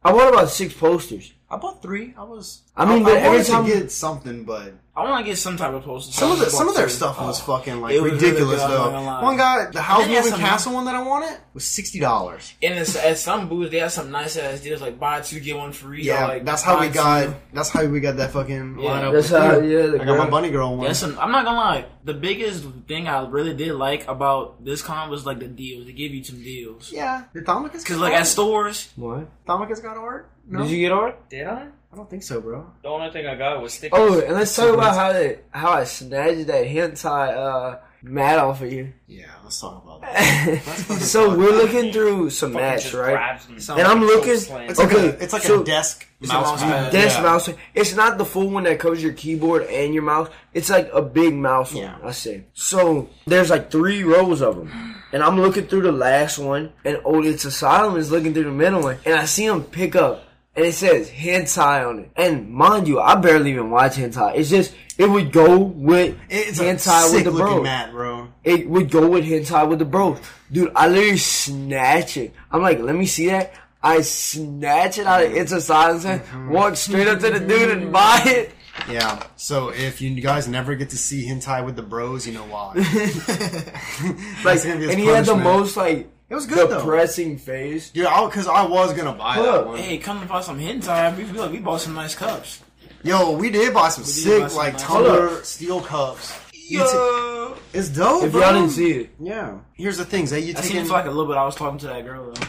D: I bought about six posters.
F: I bought three. I was.
D: I mean, but
F: I
D: every
F: wanted to
D: time
F: get something, but
E: I want to get some type of poster.
F: Some of the,
E: I
F: some of their
E: bought
F: stuff was
D: Oh.
F: fucking like
E: It was really
F: ridiculous
E: good, I'm
F: though.
E: not gonna lie.
F: One guy, the house
E: then they had
F: moving
E: some-
F: castle one that I wanted was sixty dollars.
E: two. And it's, at some booths, they have some nice ass deals like buy two get one free. or,
F: Yeah,
E: like,
F: that's how we
E: buy
F: got.
E: two.
F: That's how we got that fucking
E: Yeah,
F: lineup.
D: that's
F: with
D: how-
F: you.
D: yeah, the
F: I got my
D: girl.
F: bunny girl one.
E: That's some, I'm not gonna lie. The biggest thing I really did like about this con was like the deals. They give you some deals.
F: yeah, did Thomica's
E: Cause like at stores,
D: what?
F: Thomica's got art. No,
D: Did you get art?
C: Did I?
F: I don't think so, bro.
C: The only thing I got was stickers.
D: Oh, and let's talk about how that how I snatched that hentai uh, mat off of you.
F: Yeah, let's talk about that. That's fucking
D: so
F: fun.
D: we're looking through some
C: Fucking
D: mats,
C: just
D: right?
C: grabs me.
F: Sounds
D: And I'm
F: like-
D: looking.
F: It's like
D: Okay,
F: a, it's like
D: so
F: a desk
E: a
F: mouse
E: mouse
F: pad.
E: pad.
D: Desk
F: Yeah.
D: mouse. It's not the full one that covers your keyboard and your mouse. It's like a big mouse one.
F: Yeah.
D: I see. So there's like three rows of them, and I'm looking through the last one, and Odin's Asylum is looking through the middle one, and I see him pick up, and it says hentai on it. And mind you, I barely even watch hentai. It's just it would go with
F: It's a
D: hentai with
F: sick
D: the
F: looking
D: bro.
F: mat, bro.
D: It would go with hentai with the bros. Dude, I literally snatch it. I'm like, let me see that. I snatch it out of its silencer, walk straight up to the dude and buy it.
F: Yeah. So if you guys never get to see hentai with the bros, you know why.
D: Like,
F: That's gonna be his
D: and he had the
F: punishment.
D: most like
F: It was good though.
D: depressing face.
F: Yeah, because I was gonna buy that
D: Look,
F: one.
E: hey, come to buy some hentai. We feel like we bought some nice cups.
F: Yo, we did buy some sick
E: buy some
F: like
E: nice-
F: tumbler steel cups. You ta- it's dope,
D: If
F: bro.
D: y'all didn't see it,
F: yeah. Here's the thing, Zay. You
E: That
F: taking
E: seems like a little bit. I was talking to that girl though.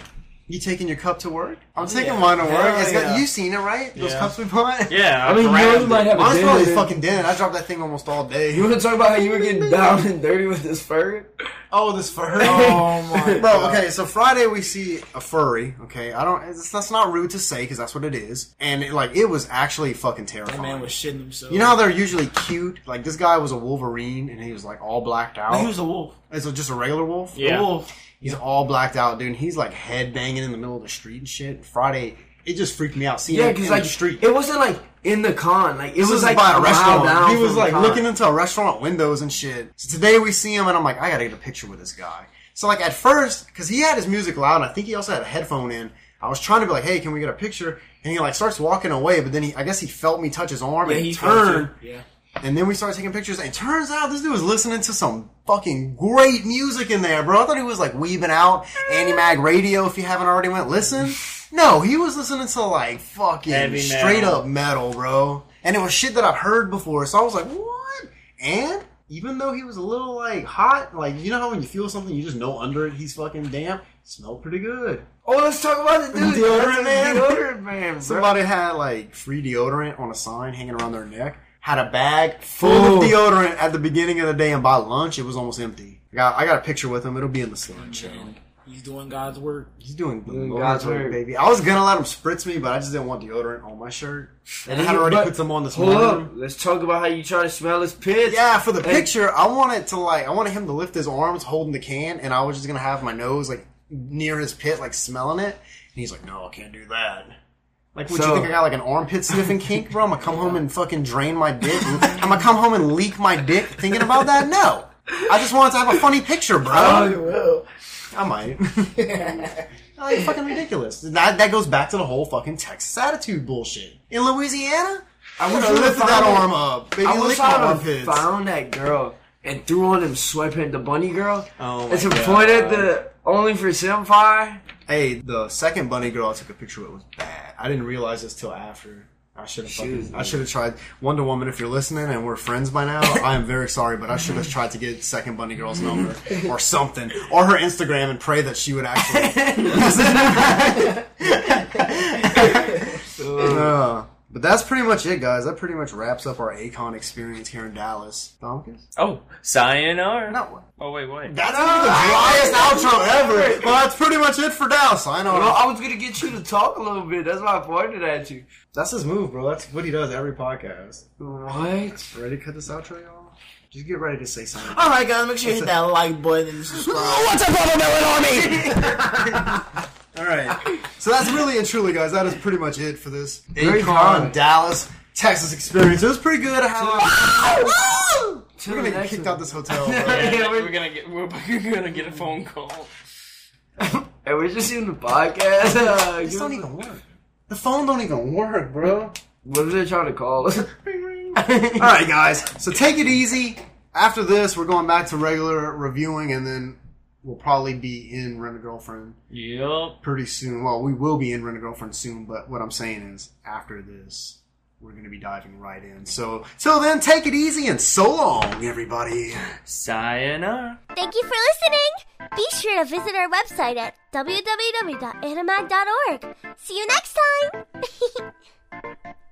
F: you taking your cup to work? I'm taking
E: Yeah.
F: mine to work.
E: Hell
F: It's got-
E: yeah.
F: you seen it, right? Those
E: Yeah.
F: cups we bought.
C: yeah,
D: I mean, you know, you
C: grabbed it.
D: might have a
F: Mine's
D: dinner.
F: probably
D: there.
F: fucking dead. I dropped that thing almost all
D: You
F: day.
D: want to talk about how you were getting down and dirty with this fur?
F: Oh, this furry.
E: Oh my
F: Bro, okay, so Friday we see a furry. Okay, I don't. It's, that's not rude to say because that's what it is. And it, like, it was actually fucking terrifying.
E: That man was shitting himself.
F: you know how they're usually cute. Like this guy was a wolverine and he was like all blacked out.
E: he was a wolf.
F: It's just a regular wolf.
C: Yeah.
E: Wolf.
F: He's all blacked out, dude. And he's like head banging in the middle of the street and shit. Friday, it just freaked me out seeing
D: Yeah,
F: him
D: because
F: in
D: like
F: the street.
D: it wasn't like in the con. Like it
F: this
D: was
F: is
D: like
F: by a
D: mile
F: restaurant.
D: down
F: He was
D: from the
F: like
D: con.
F: looking into a restaurant windows and shit. So today we see him, and I'm like, I gotta get a picture with this guy. So like at first, because he had his music loud, and I think he also had a headphone in. I was trying to be like, hey, can we get a picture? And he like starts walking away, but then he, I guess he felt me touch his arm
E: Yeah,
F: and
E: he
F: turned.
E: Yeah.
F: And then we started taking pictures, and it turns out this dude was listening to some fucking great music in there, bro. I thought he was like weaving out Animag radio if you haven't already went listen. No, he was listening to like fucking
C: Heavy metal.
F: straight up metal, bro. And it was shit that I've heard before, so I was like, what? And even though he was a little like hot, like you know how when you feel something, you just know under it he's fucking damp. Smelled pretty good.
D: Oh, let's talk about the dude.
F: Deodorant man.
D: Deodorant man. bro.
F: Somebody had like free deodorant on a sign hanging around their neck. Had a bag full of
D: Ooh.
F: deodorant at the beginning of the day, and by lunch it was almost empty. I got, I got a picture with him. It'll be in the slide show.
E: He's doing God's work.
F: He's doing the
D: Doing
F: Lord's
D: God's
F: work,
D: work.
F: baby. I was gonna let him spritz me, but I just didn't want deodorant on my shirt, and I had already
D: But-
F: put some on this
D: Hold up.
F: morning.
D: Let's talk about how you try to smell his piss.
F: Yeah, for the
D: Hey.
F: picture, I wanted to like, I wanted him to lift his arms, holding the can, and I was just gonna have my nose like near his pit, like smelling it. And he's like, "No, I can't do that." Like, would you
D: So-
F: think I got like an armpit sniffing kink, bro? I'm gonna come home and fucking drain my dick. I'm gonna come home and leak my dick thinking about that? No, I just wanted to have a funny picture, bro.
D: Uh, will.
F: I might. like, fucking ridiculous. That, that goes back to the whole fucking Texas attitude bullshit. In Louisiana, I would have
D: would've
F: lifted that
D: found-
F: arm up. Baby,
D: I
F: lick
D: wish
F: my
D: I would have
F: armpits.
D: found that girl and threw on them sweatpants, the bunny girl,
F: Oh my
D: and to
F: God.
D: point at the only for Senpai.
F: Hey, the second bunny girl I took a picture with was bad. I didn't realize this till after. I should have
D: was
F: fucking, I should have tried Wonder Woman if you're listening and we're friends by now. I am very sorry, but I should have tried to get second bunny girl's number or something or her Instagram and pray that she would actually message me. Uh, but that's pretty much it, guys. That pretty much wraps up our Acon experience here in Dallas. Donkus?
C: Oh, sayonara.
F: No,
C: Oh wait, wait.
F: that's gonna be the driest outro ever. Well, that's pretty much it for Dallas. I know.
D: Well, I was gonna get you to talk a little bit. That's why I pointed at you.
F: That's his move, bro. That's what he does every podcast.
D: What?
F: Ready to cut this outro, y'all? Just get ready to say something.
E: All right, guys, make sure you hit that like button and subscribe.
F: What's a watermelon army? All right. So that's really and truly, guys. That is pretty much it for this
D: Very
F: Akon
D: good.
F: Dallas Texas experience. It was pretty good. How
D: Till
F: we're gonna
D: the
F: get
D: next
F: kicked
D: one.
F: out this hotel.
C: Yeah,
F: bro.
C: we're gonna get we're gonna get a phone call.
D: Hey, we're just doing the podcast. Uh,
F: This
D: you-
F: don't even work. The phone don't even work, bro.
D: what are they trying to call us?
F: All right, guys. So take it easy. After this, we're going back to regular reviewing, and then we'll probably be in Rent a Girlfriend
C: Yep.
F: pretty soon. Well, we will be in Rent a Girlfriend soon, but what I'm saying is, after this, we're going to be diving right in. So till then, take it easy, and so long, everybody.
C: Sayonara.
B: Thank you for listening. Be sure to visit our website at www.animag.org. See you next time.